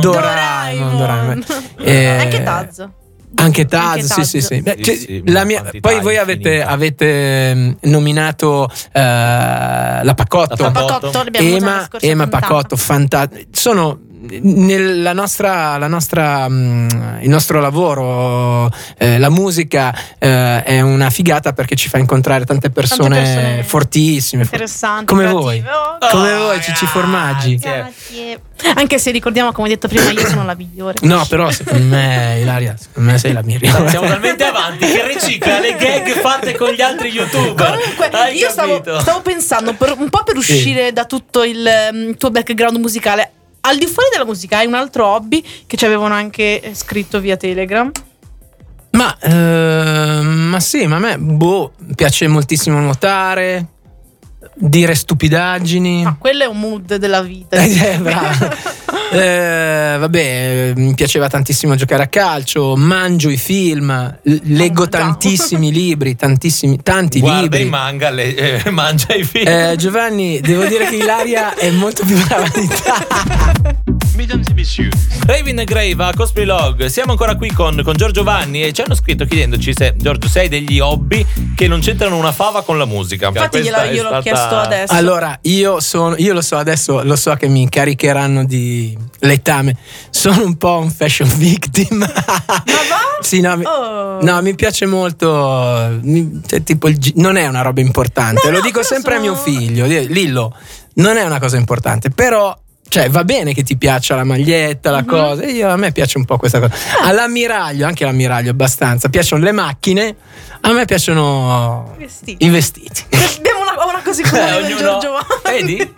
Speaker 4: Doraemon.
Speaker 6: Doraemon, Doraemon. Eh,
Speaker 2: Anche Tazzo.
Speaker 6: anche Taz,
Speaker 2: Anche
Speaker 6: sì,
Speaker 2: Taz.
Speaker 6: sì, sì. Beh,
Speaker 4: Sì,
Speaker 6: cioè,
Speaker 4: sì,
Speaker 6: la
Speaker 4: una
Speaker 6: mia-
Speaker 4: quantità
Speaker 6: poi voi avete,
Speaker 4: infinita.
Speaker 6: avete, mm, nominato eh, la Pacotto.
Speaker 4: La Pacotto.
Speaker 8: Pacotto, l'abbiamo già nella
Speaker 6: Ema,
Speaker 8: scorsa
Speaker 6: Ema
Speaker 8: puntata.
Speaker 6: Pacotto, fantastico. Sono nella nostra, la nostra, mm, il nostro lavoro, eh, la musica eh, è una figata perché ci fa incontrare tante persone,
Speaker 8: persone
Speaker 6: fortissime. for-
Speaker 8: Interessanti.
Speaker 6: Come
Speaker 8: creative.
Speaker 6: voi.
Speaker 8: Oh,
Speaker 6: Come voi, Cici Formaggi.
Speaker 8: grazie. Anche se ricordiamo, come ho detto prima, io sono la migliore.
Speaker 6: No, però secondo me, Ilaria, secondo me sei la mia
Speaker 4: Guarda, Siamo talmente avanti che ricicla le gag fatte con gli altri youtuber.
Speaker 2: Comunque,
Speaker 4: Hai
Speaker 2: io stavo,
Speaker 4: capito?
Speaker 2: stavo pensando per- un po' per uscire da tutto il mm, tuo background musicale. Al di fuori della musica hai un altro hobby che ci avevano anche eh, scritto via Telegram.
Speaker 6: Ma, ehm, ma sì, ma a me boh, piace moltissimo nuotare, dire stupidaggini.
Speaker 2: Ma Ah, quello è un mood della vita.
Speaker 6: Eh, bravo. Eh, vabbè, mi piaceva tantissimo giocare a calcio, mangio i film, l- leggo
Speaker 2: già.
Speaker 6: tantissimi libri, tantissimi, tanti
Speaker 4: Guarda
Speaker 6: libri.
Speaker 4: i manga, le- eh, mangia i film.
Speaker 6: Eh, Giovanni, devo dire che Ilaria è molto più brava di
Speaker 2: Ah,
Speaker 6: te.
Speaker 4: Raven Grave a Cosplay Log. Siamo ancora qui con, con Giorgio Vanni e ci hanno scritto chiedendoci se Giorgio sei degli hobby che non c'entrano una fava con la musica.
Speaker 2: Infatti
Speaker 4: Questa
Speaker 2: gliela-
Speaker 4: è
Speaker 2: io l'ho
Speaker 4: stata-
Speaker 2: chiesto adesso.
Speaker 6: Allora, io sono, io lo so adesso, lo so che mi caricheranno di letame. Sono un po' un fashion victim. Ma va? Sì, no, mi,
Speaker 2: Oh.
Speaker 6: no, mi piace molto. mi- cioè, tipo il gi- non è una roba importante.
Speaker 2: No,
Speaker 6: lo
Speaker 2: no,
Speaker 6: dico
Speaker 2: però
Speaker 6: sempre a
Speaker 2: sono-
Speaker 6: mio figlio, eh, Lillo. Non è una cosa importante, però. Cioè, va bene che ti piaccia la maglietta,
Speaker 2: Mhm.
Speaker 6: la cosa. Io, a me piace un po' questa cosa.
Speaker 2: Ah.
Speaker 6: All'ammiraglio, anche l'ammiraglio abbastanza. Piacciono le macchine, a me piacciono
Speaker 2: Vestiti.
Speaker 6: i vestiti.
Speaker 2: Abbiamo una, una cosa in comune
Speaker 4: Eh,
Speaker 2: con
Speaker 4: ognuno-
Speaker 2: Giorgio.
Speaker 4: Vedi?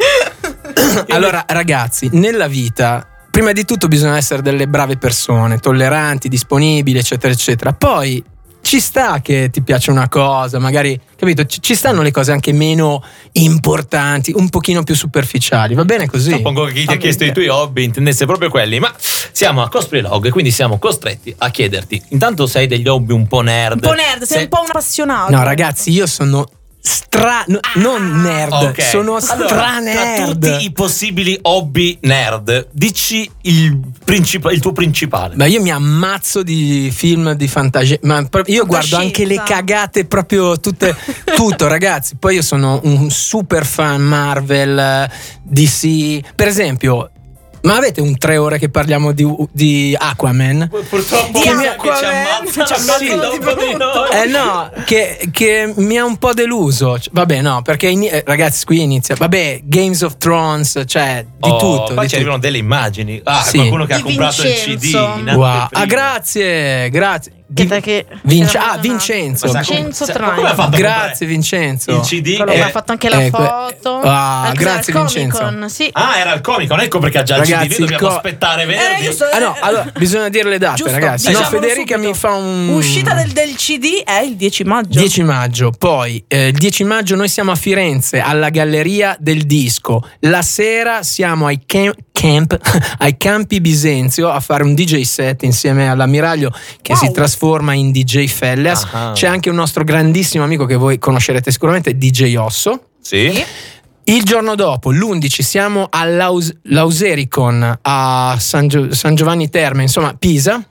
Speaker 6: allora, ragazzi, nella vita. Prima di tutto bisogna essere delle brave persone, tolleranti, disponibili, eccetera, eccetera. Poi ci sta che ti piace una cosa, magari, capito? Ci, ci stanno le cose anche meno importanti, un pochino più superficiali, va bene così?
Speaker 4: Suppongo che chi ti ha
Speaker 6: Vabbè.
Speaker 4: chiesto i tuoi hobby intendesse proprio quelli, ma siamo a Cosplay Log e quindi siamo costretti a chiederti. Intanto sei degli hobby un po' nerd.
Speaker 2: Un po' nerd, sei
Speaker 4: Se-
Speaker 2: un po' un appassionato.
Speaker 6: No, ragazzi, io sono stra... no- non nerd,
Speaker 4: Ah, Ok.
Speaker 6: sono
Speaker 4: Allora,
Speaker 6: stra
Speaker 4: Tra
Speaker 6: nerd.
Speaker 4: tutti i possibili hobby nerd, dici il, princip- il tuo principale.
Speaker 6: Ma io mi ammazzo di film di fantasia. Ma pro- io guardo anche le cagate, proprio tutte, tutto, ragazzi. Poi io sono un super fan Marvel, eh, DC. Per esempio, ma avete un tre ore che parliamo di, di Aquaman?
Speaker 4: Purtroppo
Speaker 2: Di
Speaker 4: uno che ci
Speaker 2: Aquaman,
Speaker 4: ammazza
Speaker 2: ci
Speaker 4: la
Speaker 2: ammazza
Speaker 4: mattina
Speaker 2: tutti
Speaker 4: dopo di noi.
Speaker 6: Eh no, che, che mi ha un po' deluso. Cioè, Vabbè, no, perché ini- eh, ragazzi, qui inizia. Vabbè, Games of Thrones, cioè di
Speaker 4: Oh,
Speaker 6: tutto.
Speaker 4: Poi
Speaker 6: di
Speaker 4: ci
Speaker 6: tutto.
Speaker 4: arrivano delle immagini. Ah,
Speaker 6: Sì. Ah,
Speaker 4: qualcuno che ha
Speaker 2: Di
Speaker 4: comprato il CD.
Speaker 2: Vincenzo.
Speaker 4: in
Speaker 6: Wow.
Speaker 4: anteprima.
Speaker 6: Ah, grazie, grazie.
Speaker 8: Che te che-
Speaker 6: Vince-
Speaker 8: era
Speaker 6: ah,
Speaker 8: abbandonato.
Speaker 6: Vincenzo.
Speaker 4: Ma sai come-
Speaker 8: Vincenzo
Speaker 4: sa-
Speaker 8: Trani.
Speaker 4: come ha fatto a
Speaker 6: Grazie,
Speaker 4: comprare
Speaker 6: Vincenzo.
Speaker 4: Il CD
Speaker 8: Quello
Speaker 4: eh,
Speaker 8: che ha fatto anche la
Speaker 6: eh, que-
Speaker 8: foto.
Speaker 6: Ah,
Speaker 8: Al-
Speaker 6: grazie,
Speaker 8: al
Speaker 6: Vincenzo.
Speaker 8: Comic-Con, sì.
Speaker 4: Ah, era il comico, ecco perché già il
Speaker 6: Ragazzi,
Speaker 4: CD dobbiamo
Speaker 6: co-
Speaker 4: aspettare
Speaker 2: Eh,
Speaker 4: venerdì.
Speaker 2: io sto-
Speaker 6: Ah no, allora bisogna dire le date,
Speaker 8: Giusto,
Speaker 6: ragazzi. Se no,
Speaker 2: diciamolo
Speaker 6: Federica
Speaker 2: subito.
Speaker 6: mi fa un
Speaker 2: Uscita del, del CD è il 10 maggio.
Speaker 6: 10 maggio, poi eh, il 10 maggio noi siamo a Firenze alla Galleria del Disco. La sera siamo ai, cam- camp, ai Campi Bisenzio a fare un DJ set insieme all'ammiraglio che si trasforma in DJ Fellas.
Speaker 4: Ah.
Speaker 6: C'è anche un nostro grandissimo amico che voi conoscerete sicuramente, DJ Osso.
Speaker 4: Sì.
Speaker 6: Il giorno dopo, l'11, siamo all'Ausericon a San, Gio- San Giovanni Terme, insomma Pisa.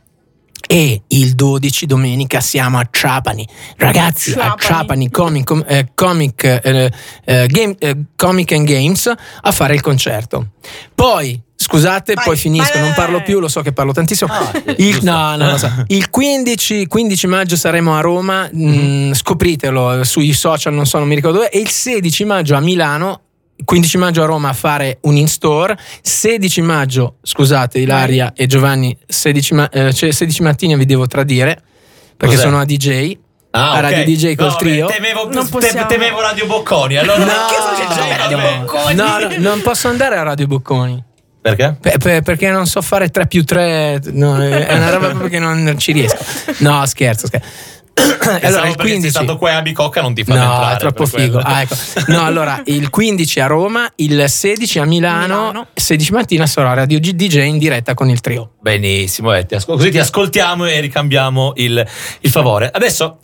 Speaker 6: E il 12 domenica siamo a Trapani. Ragazzi, a Trapani Comic, com- eh, comic, eh, eh, game- eh, Comic and Games a fare il concerto. Poi, scusate,
Speaker 2: Vai,
Speaker 6: poi finisco,
Speaker 2: vai,
Speaker 6: non
Speaker 2: vai,
Speaker 6: parlo
Speaker 2: vai.
Speaker 6: più, lo so che parlo tantissimo.
Speaker 4: Ah,
Speaker 6: Il, no, no, lo so. Il 15, 15 maggio saremo a Roma, mh,
Speaker 4: Mm-hmm.
Speaker 6: scopritelo eh, sui social, non so, non mi ricordo dove, e il 16 maggio a Milano. 15 maggio a Roma a fare un in store, 16 maggio, scusate Ilaria e Giovanni, 16, ma- eh, cioè, 16 mattina vi devo tradire perché
Speaker 4: Cos'è?
Speaker 6: sono a DJ,
Speaker 4: Ah,
Speaker 6: a
Speaker 4: ok.
Speaker 6: Radio DJ col
Speaker 4: No, beh,
Speaker 6: trio.
Speaker 4: Temevo,
Speaker 2: Non
Speaker 4: te-
Speaker 2: possiamo.
Speaker 4: temevo Radio Bocconi. Allora,
Speaker 2: succede?
Speaker 4: Radio Bocconi.
Speaker 6: No, no, non posso andare a Radio Bocconi.
Speaker 4: Perché?
Speaker 6: Pe- pe- perché non so fare 3 più 3, è una roba proprio che non non ci riesco. No, scherzo. scherzo.
Speaker 4: Pensavo perché sei stato qua a Bicocca non ti fa
Speaker 6: No,
Speaker 4: entrare.
Speaker 6: è troppo
Speaker 4: per
Speaker 6: figo.
Speaker 4: quello.
Speaker 6: Ah, ecco. No, allora il 15 a Roma, il 16 a Milano,
Speaker 2: Milano.
Speaker 6: 16 mattina sarò a Radio G- DJ in diretta con il trio.
Speaker 4: Benissimo, eh, ti ascol- così ti ascoltiamo e ricambiamo il, il favore. Adesso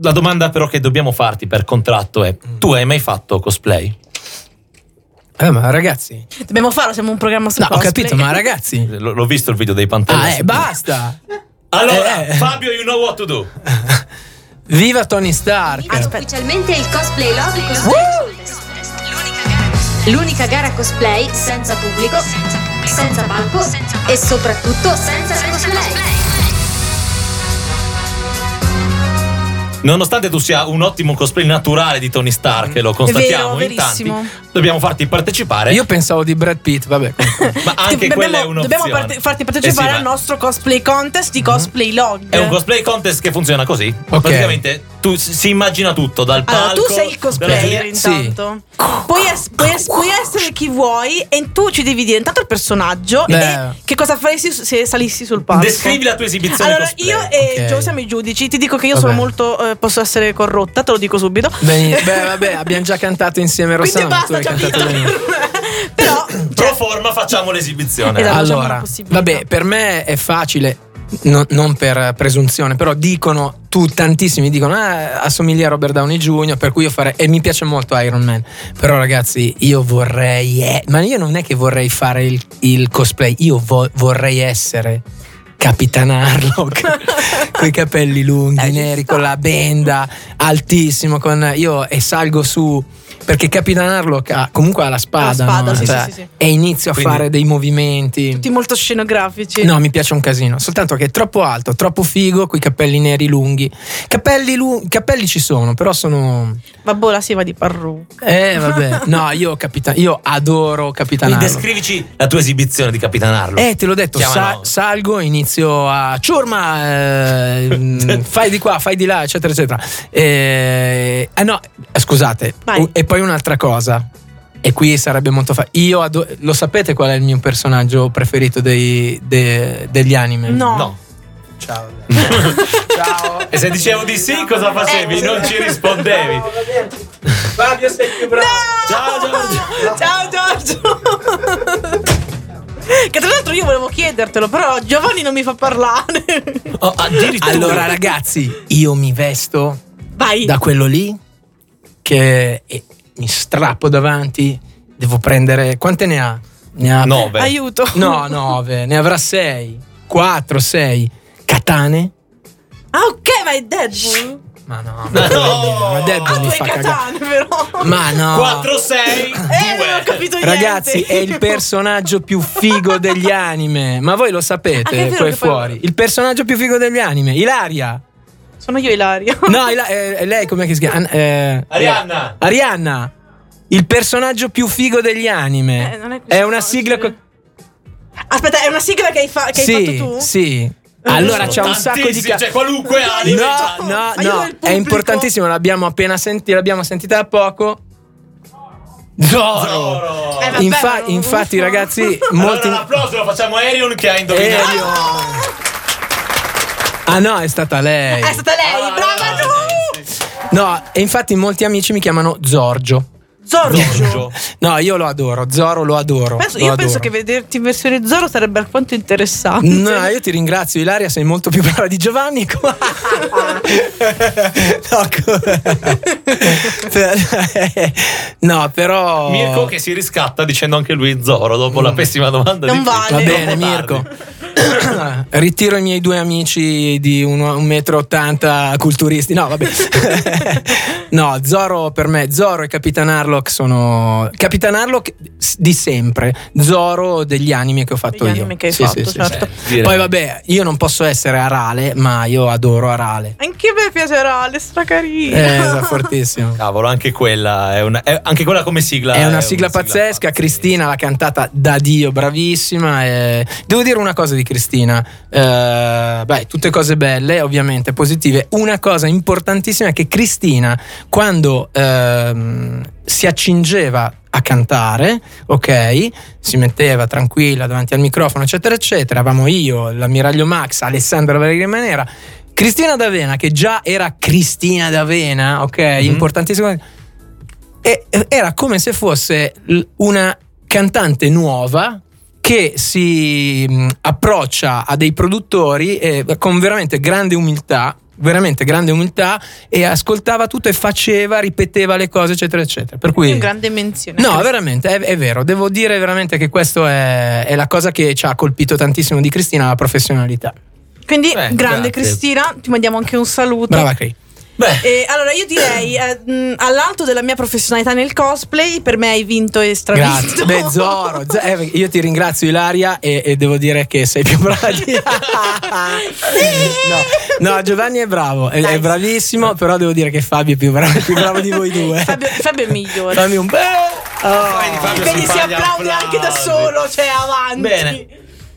Speaker 4: la domanda però che dobbiamo farti per contratto è:
Speaker 2: Mm.
Speaker 4: tu hai mai fatto cosplay?
Speaker 6: Eh, ma ragazzi,
Speaker 2: Dobbiamo farlo, siamo un programma su
Speaker 6: no, ho
Speaker 2: cosplay.
Speaker 6: capito, ma ragazzi.
Speaker 4: L- l'ho visto il video dei pantaloni.
Speaker 6: Ah, eh, basta.
Speaker 4: Allora,
Speaker 6: Eh.
Speaker 4: Fabio, you know what to do.
Speaker 6: Viva Tony Stark.
Speaker 1: Ufficialmente il Cosplay Love L'unica gara cosplay senza pubblico, senza palco e soprattutto senza cosplay.
Speaker 4: Nonostante tu sia un ottimo cosplay naturale di Tony Stark, lo constatiamo
Speaker 2: Vero,
Speaker 4: in tanti,
Speaker 2: verissimo.
Speaker 4: dobbiamo farti partecipare.
Speaker 6: Io pensavo di Brad Pitt, vabbè. comunque.
Speaker 4: ma anche
Speaker 2: dobbiamo,
Speaker 4: quella è un'opzione.
Speaker 2: Dobbiamo parte- farti
Speaker 4: Eh
Speaker 2: partecipare
Speaker 4: sì, ma
Speaker 2: al nostro cosplay contest
Speaker 6: Mhm.
Speaker 2: di cosplay log.
Speaker 4: È un cosplay contest che funziona così.
Speaker 6: Ok.
Speaker 4: Praticamente tu si si immagina tutto dal palco.
Speaker 2: Allora, tu sei il cosplayer
Speaker 4: dalla-
Speaker 6: Sì.
Speaker 2: intanto. Puoi, es- puoi es- puoi essere chi vuoi e tu ci devi dire intanto il personaggio
Speaker 6: Beh.
Speaker 2: e che cosa faresti su- se salissi sul palco.
Speaker 4: Descrivi la tua esibizione
Speaker 2: Allora,
Speaker 4: cosplay.
Speaker 2: io e
Speaker 6: Ok.
Speaker 2: Gio siamo i giudici. Ti dico che io
Speaker 6: Vabbè.
Speaker 2: sono molto. eh, posso essere corrotta, te lo dico subito.
Speaker 6: Bene, beh, vabbè, abbiamo già cantato insieme
Speaker 2: Quindi
Speaker 6: Rossano. tu
Speaker 2: basta,
Speaker 6: hai
Speaker 2: già
Speaker 6: cantato
Speaker 2: vinto.
Speaker 6: bene.
Speaker 2: Però.
Speaker 4: Pro forma facciamo l'esibizione.
Speaker 2: Esatto. facciamo una
Speaker 6: Allora,
Speaker 2: possibilità.
Speaker 6: vabbè, per me è facile, no- non per presunzione, però dicono, tu tantissimi dicono, ah, assomiglia a Robert Downey Jr., per cui io farei, e mi piace molto Iron Man, però ragazzi, io vorrei, eh, ma io non è che vorrei fare il, il cosplay, io vo- vorrei essere... Capitan Harlock con i capelli
Speaker 2: Eh,
Speaker 6: lunghi, neri, con la benda altissimo. Con, io e salgo su perché Capitan Harlock ha- comunque ha la spada,
Speaker 2: spada,
Speaker 6: no?
Speaker 2: sì,
Speaker 6: Cioè,
Speaker 2: sì, sì, sì.
Speaker 6: e inizio a
Speaker 4: Quindi-
Speaker 6: fare dei movimenti.
Speaker 2: Tutti molto scenografici.
Speaker 6: No, mi piace un casino. Soltanto che è troppo alto, troppo figo, coi capelli neri lunghi. Capelli, lu- capelli ci sono, però sono.
Speaker 2: Babbo, boh, la seva di parrucca.
Speaker 6: Eh, vabbè. No, io, capita- io adoro Capitan
Speaker 4: Quindi
Speaker 6: Harlock.
Speaker 4: descrivici la tua esibizione di Capitan Harlock.
Speaker 6: Eh, te l'ho detto, sa-
Speaker 4: Chiamano-
Speaker 6: salgo, inizio a ciurma, eh, mm, fai di qua, fai di là, eccetera, eccetera. Eh, ah no, eh, scusate,
Speaker 2: Vai.
Speaker 6: u- e poi un'altra cosa. E qui sarebbe molto facile. Io ado- lo sapete qual è il mio personaggio preferito dei- de- degli anime?
Speaker 2: No.
Speaker 4: No.
Speaker 6: Ciao.
Speaker 2: Ciao.
Speaker 4: E se dicevo di sì, cosa
Speaker 2: Eh,
Speaker 4: facevi? Non ci rispondevi.
Speaker 5: Fabio sei più bravo.
Speaker 4: Ciao, Giorgio.
Speaker 2: Ciao Giorgio! che tra l'altro io volevo chiedertelo, però Giovanni non mi fa parlare.
Speaker 4: Oh, addirittura.
Speaker 6: Allora, ragazzi, io mi vesto
Speaker 2: Vai.
Speaker 6: da quello lì che e mi strappo davanti. Devo prendere. Quante ne ha? Ne ha
Speaker 4: Nove.
Speaker 2: Aiuto.
Speaker 6: No, 9, ne avrà 6, 4, 6 katane.
Speaker 2: Ah, ok, ma è Deadpool.
Speaker 6: Ma no,
Speaker 4: Ma
Speaker 6: ma
Speaker 4: no!
Speaker 6: no, ma Deadpool
Speaker 2: Ah,
Speaker 6: mi
Speaker 2: tu hai
Speaker 6: fa cagare.
Speaker 2: Catane, però.
Speaker 6: Ma no.
Speaker 4: 4, 6,
Speaker 2: Eh, non ho capito niente.
Speaker 6: Ragazzi, è il personaggio più figo degli anime. Ma voi lo
Speaker 2: Ah, che è
Speaker 6: sapete,
Speaker 2: vero
Speaker 6: poi
Speaker 2: che poi-
Speaker 6: fuori. Il personaggio più figo degli anime, Ilaria.
Speaker 2: Sono io Ilaria.
Speaker 6: No, Ila- eh, lei com'è che si chiama? An- eh,
Speaker 4: Arianna.
Speaker 6: Arianna. Il personaggio più figo degli anime.
Speaker 2: Eh, non è così
Speaker 6: è una
Speaker 2: facile.
Speaker 6: sigla co-
Speaker 2: Aspetta, è una sigla che hai, fa- che hai
Speaker 6: sì,
Speaker 2: fatto tu?
Speaker 6: Sì. Allora c'è
Speaker 4: Sono
Speaker 6: un sacco di
Speaker 4: tantissimi,
Speaker 6: ca-
Speaker 4: Cioè, qualunque anime. cioè, c'ha-
Speaker 6: No, no,
Speaker 2: Aiuto
Speaker 6: no,
Speaker 2: il pubblico.
Speaker 6: è importantissimo, l'abbiamo appena sentita, l'abbiamo sentita da poco. Zoro!
Speaker 4: Zoro.
Speaker 2: Eh, vabbè,
Speaker 6: Infa-
Speaker 2: non-
Speaker 6: infatti
Speaker 2: non-
Speaker 6: ragazzi,
Speaker 4: Allora,
Speaker 6: molti
Speaker 4: un applauso lo facciamo a Arion che ha indovinato.
Speaker 2: Eh,
Speaker 6: Elio. Ah no, è stata lei.
Speaker 2: È stata lei, eh, brava tu!
Speaker 6: No, e infatti molti amici mi chiamano Giorgio.
Speaker 2: Zorro.
Speaker 4: Giorgio.
Speaker 6: No, io lo adoro, Zoro lo adoro.
Speaker 2: Penso-
Speaker 6: lo
Speaker 2: io penso che
Speaker 6: adoro.
Speaker 2: vederti in versione Zoro sarebbe alquanto interessante.
Speaker 6: No, io ti ringrazio Ilaria, sei molto più brava di Giovanni. no, co- Per- no, però
Speaker 4: Mirko che si riscatta dicendo anche lui Zoro dopo la pessima domanda.
Speaker 2: Non
Speaker 4: di
Speaker 2: vale.
Speaker 4: Chris.
Speaker 6: Mm. Va
Speaker 2: Ale,
Speaker 6: bene,
Speaker 4: Troppo
Speaker 6: Mirko.
Speaker 4: tardi.
Speaker 6: Ritiro i miei due amici di 1,80 m culturisti. No, vabbè. no, Zoro per me, Zoro e Capitan Harlock sono. Capitan Harlock di sempre. Zoro degli anime che ho fatto
Speaker 2: Degli
Speaker 6: io.
Speaker 2: anime che hai
Speaker 6: Sì,
Speaker 2: fatto,
Speaker 6: sì, sì,
Speaker 2: certo.
Speaker 6: sì.
Speaker 4: Direi.
Speaker 6: Poi, vabbè, io non posso essere Arale, ma io adoro Arale.
Speaker 2: Anche a me piacerà, le stracarine.
Speaker 6: Eh, fortissimo.
Speaker 4: Cavolo, anche quella è una, è- anche quella come sigla.
Speaker 6: È una sigla pazzesca, Cristina l'ha cantata da Dio, bravissima. e- Devo dire una cosa di Cristina, eh, beh, tutte cose belle, ovviamente, positive. Una cosa importantissima è che Cristina, quando ehm, si accingeva a cantare, ok, si metteva tranquilla davanti al microfono, eccetera, eccetera. Avevamo io, l'ammiraglio Max, Alessandro Valeri Manera, Cristina D'Avena, che già era Cristina D'Avena, ok, importantissima. E- era come se fosse l- una cantante nuova che si mh, approccia a dei produttori eh, con veramente grande umiltà, veramente grande umiltà e ascoltava tutto e faceva, ripeteva le cose, eccetera, eccetera. Per cui
Speaker 2: È un grande menzione.
Speaker 6: No, veramente, è, è vero. Devo dire veramente che questa è, è la cosa che ci ha colpito tantissimo di Cristina, la professionalità.
Speaker 2: Quindi,
Speaker 4: Beh,
Speaker 2: grande
Speaker 4: grazie.
Speaker 2: Cristina, ti mandiamo anche un saluto.
Speaker 6: Brava, Cri.
Speaker 2: E allora io direi eh, mh, all'alto della mia professionalità nel cosplay, per me hai vinto e stravinto.
Speaker 6: Grazie. Beh, Zoro, Z- eh, io ti ringrazio Ilaria e, e devo dire che sei più brava di... no, no, Giovanni è bravo, è, è bravissimo, però devo dire che Fabio è più bravo, più bravo di voi due.
Speaker 2: Fabio, Fabio è migliore.
Speaker 6: Fammi un bel...
Speaker 4: Oh, Vedi, Fabio
Speaker 2: Quindi si
Speaker 4: fa gli
Speaker 2: applaude anche da
Speaker 4: applausi.
Speaker 2: solo, cioè avanti.
Speaker 4: Bene.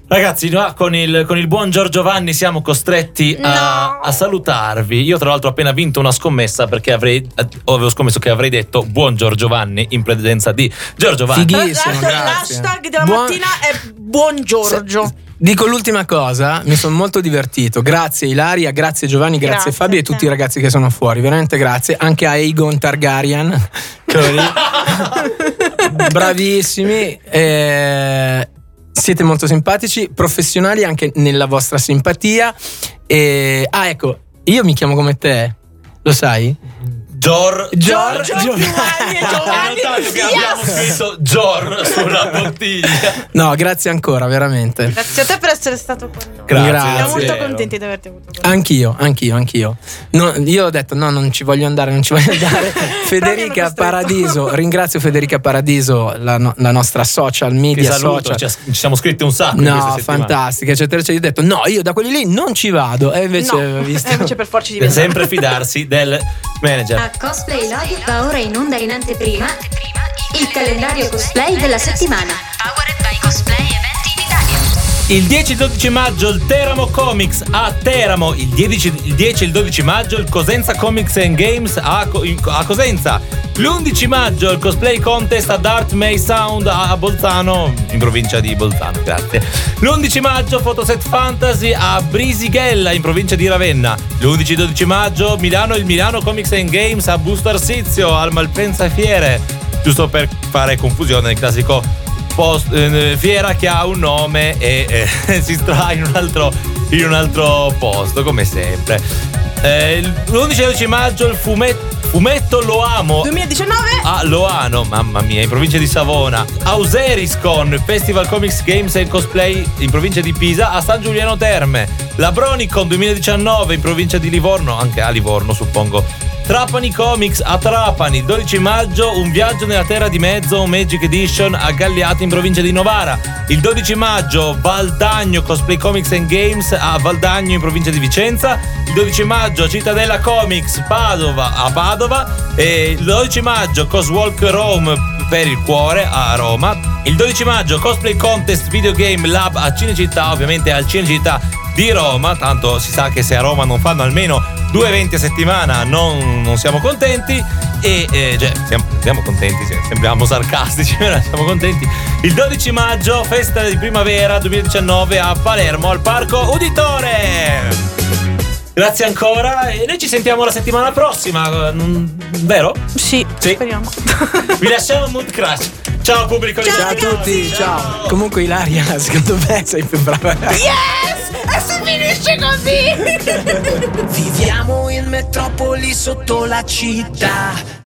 Speaker 4: Ragazzi, no, con, il, con il buon Giorgio Vanni siamo costretti a,
Speaker 2: No.
Speaker 4: a salutarvi. Io, tra l'altro, ho appena vinto una scommessa perché avrei, eh, avevo scommesso che avrei detto buon Giorgio Vanni in presenza di Giorgio Vanni.
Speaker 6: Fighi-
Speaker 2: Tra
Speaker 6: Bellissimo,
Speaker 2: l'altro,
Speaker 6: grazie.
Speaker 2: l'hashtag della
Speaker 6: Buon-
Speaker 2: mattina è Buon Giorgio.
Speaker 6: Se- Dico l'ultima cosa, mi sono molto divertito. Grazie Ilaria, grazie Giovanni,
Speaker 2: Grazie
Speaker 6: grazie, Fabio
Speaker 2: a
Speaker 6: e
Speaker 2: te.
Speaker 6: tutti i ragazzi che sono fuori. Veramente grazie anche a Aegon Targaryen. che ero lì. Bravissimi. eh, siete molto simpatici, professionali anche nella vostra simpatia. E- ah, ecco, io mi chiamo come te. Lo sai?
Speaker 4: Gior.
Speaker 6: Gior-
Speaker 2: Giorgio Giovanni e
Speaker 4: Hai
Speaker 2: Giovanni.
Speaker 4: notato che abbiamo
Speaker 2: Yes!
Speaker 4: scritto Gior sulla bottiglia.
Speaker 6: No, grazie ancora, veramente.
Speaker 2: Grazie a te per essere stato con noi.
Speaker 4: Grazie.
Speaker 2: Siamo
Speaker 6: Grazie.
Speaker 2: molto contenti di averti avuto con noi.
Speaker 6: Anch'io, anch'io, anch'io. No, io ho detto no, non ci voglio andare, non ci voglio andare. Federica
Speaker 2: costretto.
Speaker 6: Paradiso, ringrazio Federica Paradiso, la, no- la nostra social
Speaker 4: Ti
Speaker 6: media
Speaker 4: saluto,
Speaker 6: social.
Speaker 4: ci ci siamo scritti un sacco. in
Speaker 6: No,
Speaker 4: queste settimane.
Speaker 6: fantastica, eccetera, eccetera. Io ho detto no, io da quelli lì non ci vado. E invece,
Speaker 2: no,
Speaker 6: visto-
Speaker 2: eh, invece per forci di
Speaker 4: Deve
Speaker 2: vedere.
Speaker 4: Sempre fidarsi del manager.
Speaker 1: A Cosplay Log va ora in onda in anteprima il calendario cosplay della settimana.
Speaker 10: Powered by Cosplay Eventi in Italia.
Speaker 4: Il 10 e 12 maggio il Teramo Comics a Teramo, il 10, il 10 e il 12 maggio il Cosenza Comics and Games a, Co- in- a Cosenza, l'11 maggio il Cosplay Contest ad Art May Sound a, a Bolzano, in provincia di Bolzano, grazie. L'11 maggio Photoset Fantasy a Brisighella, in provincia di Ravenna. L'11 e 12 maggio Milano, il Milano Comics and Games a Busto Arsizio, al Malpensa Fiere, giusto per fare confusione, il classico post- eh, fiera che ha un nome e eh, si sta in un altro, in un altro posto, come sempre. Eh, l'11 e 12 maggio il fumetto, fumetto Lo Amo
Speaker 2: 2019
Speaker 6: Ah.
Speaker 4: a Loano, mamma mia, in provincia di Savona, Auseriscon, Festival Comics Games and Cosplay in provincia di Pisa, a San Giuliano Terme, Labronicon 2019 in provincia di Livorno, anche a Livorno suppongo. Trapani Comics a Trapani, 12 maggio, un viaggio nella terra di mezzo, un Magic Edition a Galliato in provincia di Novara. Il 12 maggio Valdagno Cosplay Comics and Games a Valdagno in provincia di Vicenza. Il 12 maggio Cittadella Comics Padova a Padova. E il 12 maggio Coswalk Rome per il cuore a Roma. Il 12 maggio Cosplay Contest Video Game Lab a Cinecittà, ovviamente al Cinecittà di Roma. Tanto si sa che se a Roma non fanno almeno due eventi a settimana non, non siamo contenti. E eh, cioè, siamo, siamo contenti, cioè, sembriamo sarcastici, ma siamo contenti. Il 12 maggio, festa di primavera 2019 a Palermo al Parco Uditore. Grazie ancora e noi ci sentiamo la settimana prossima, mm, vero?
Speaker 2: Sì,
Speaker 4: Sì.
Speaker 2: speriamo.
Speaker 4: Vi lasciamo Mood Crash. Ciao pubblico di
Speaker 6: Ciao a tutti, ciao. Comunque Ilaria, secondo me sei più brava.
Speaker 9: Yes! E si finisce così! Viviamo in metropoli sotto la città.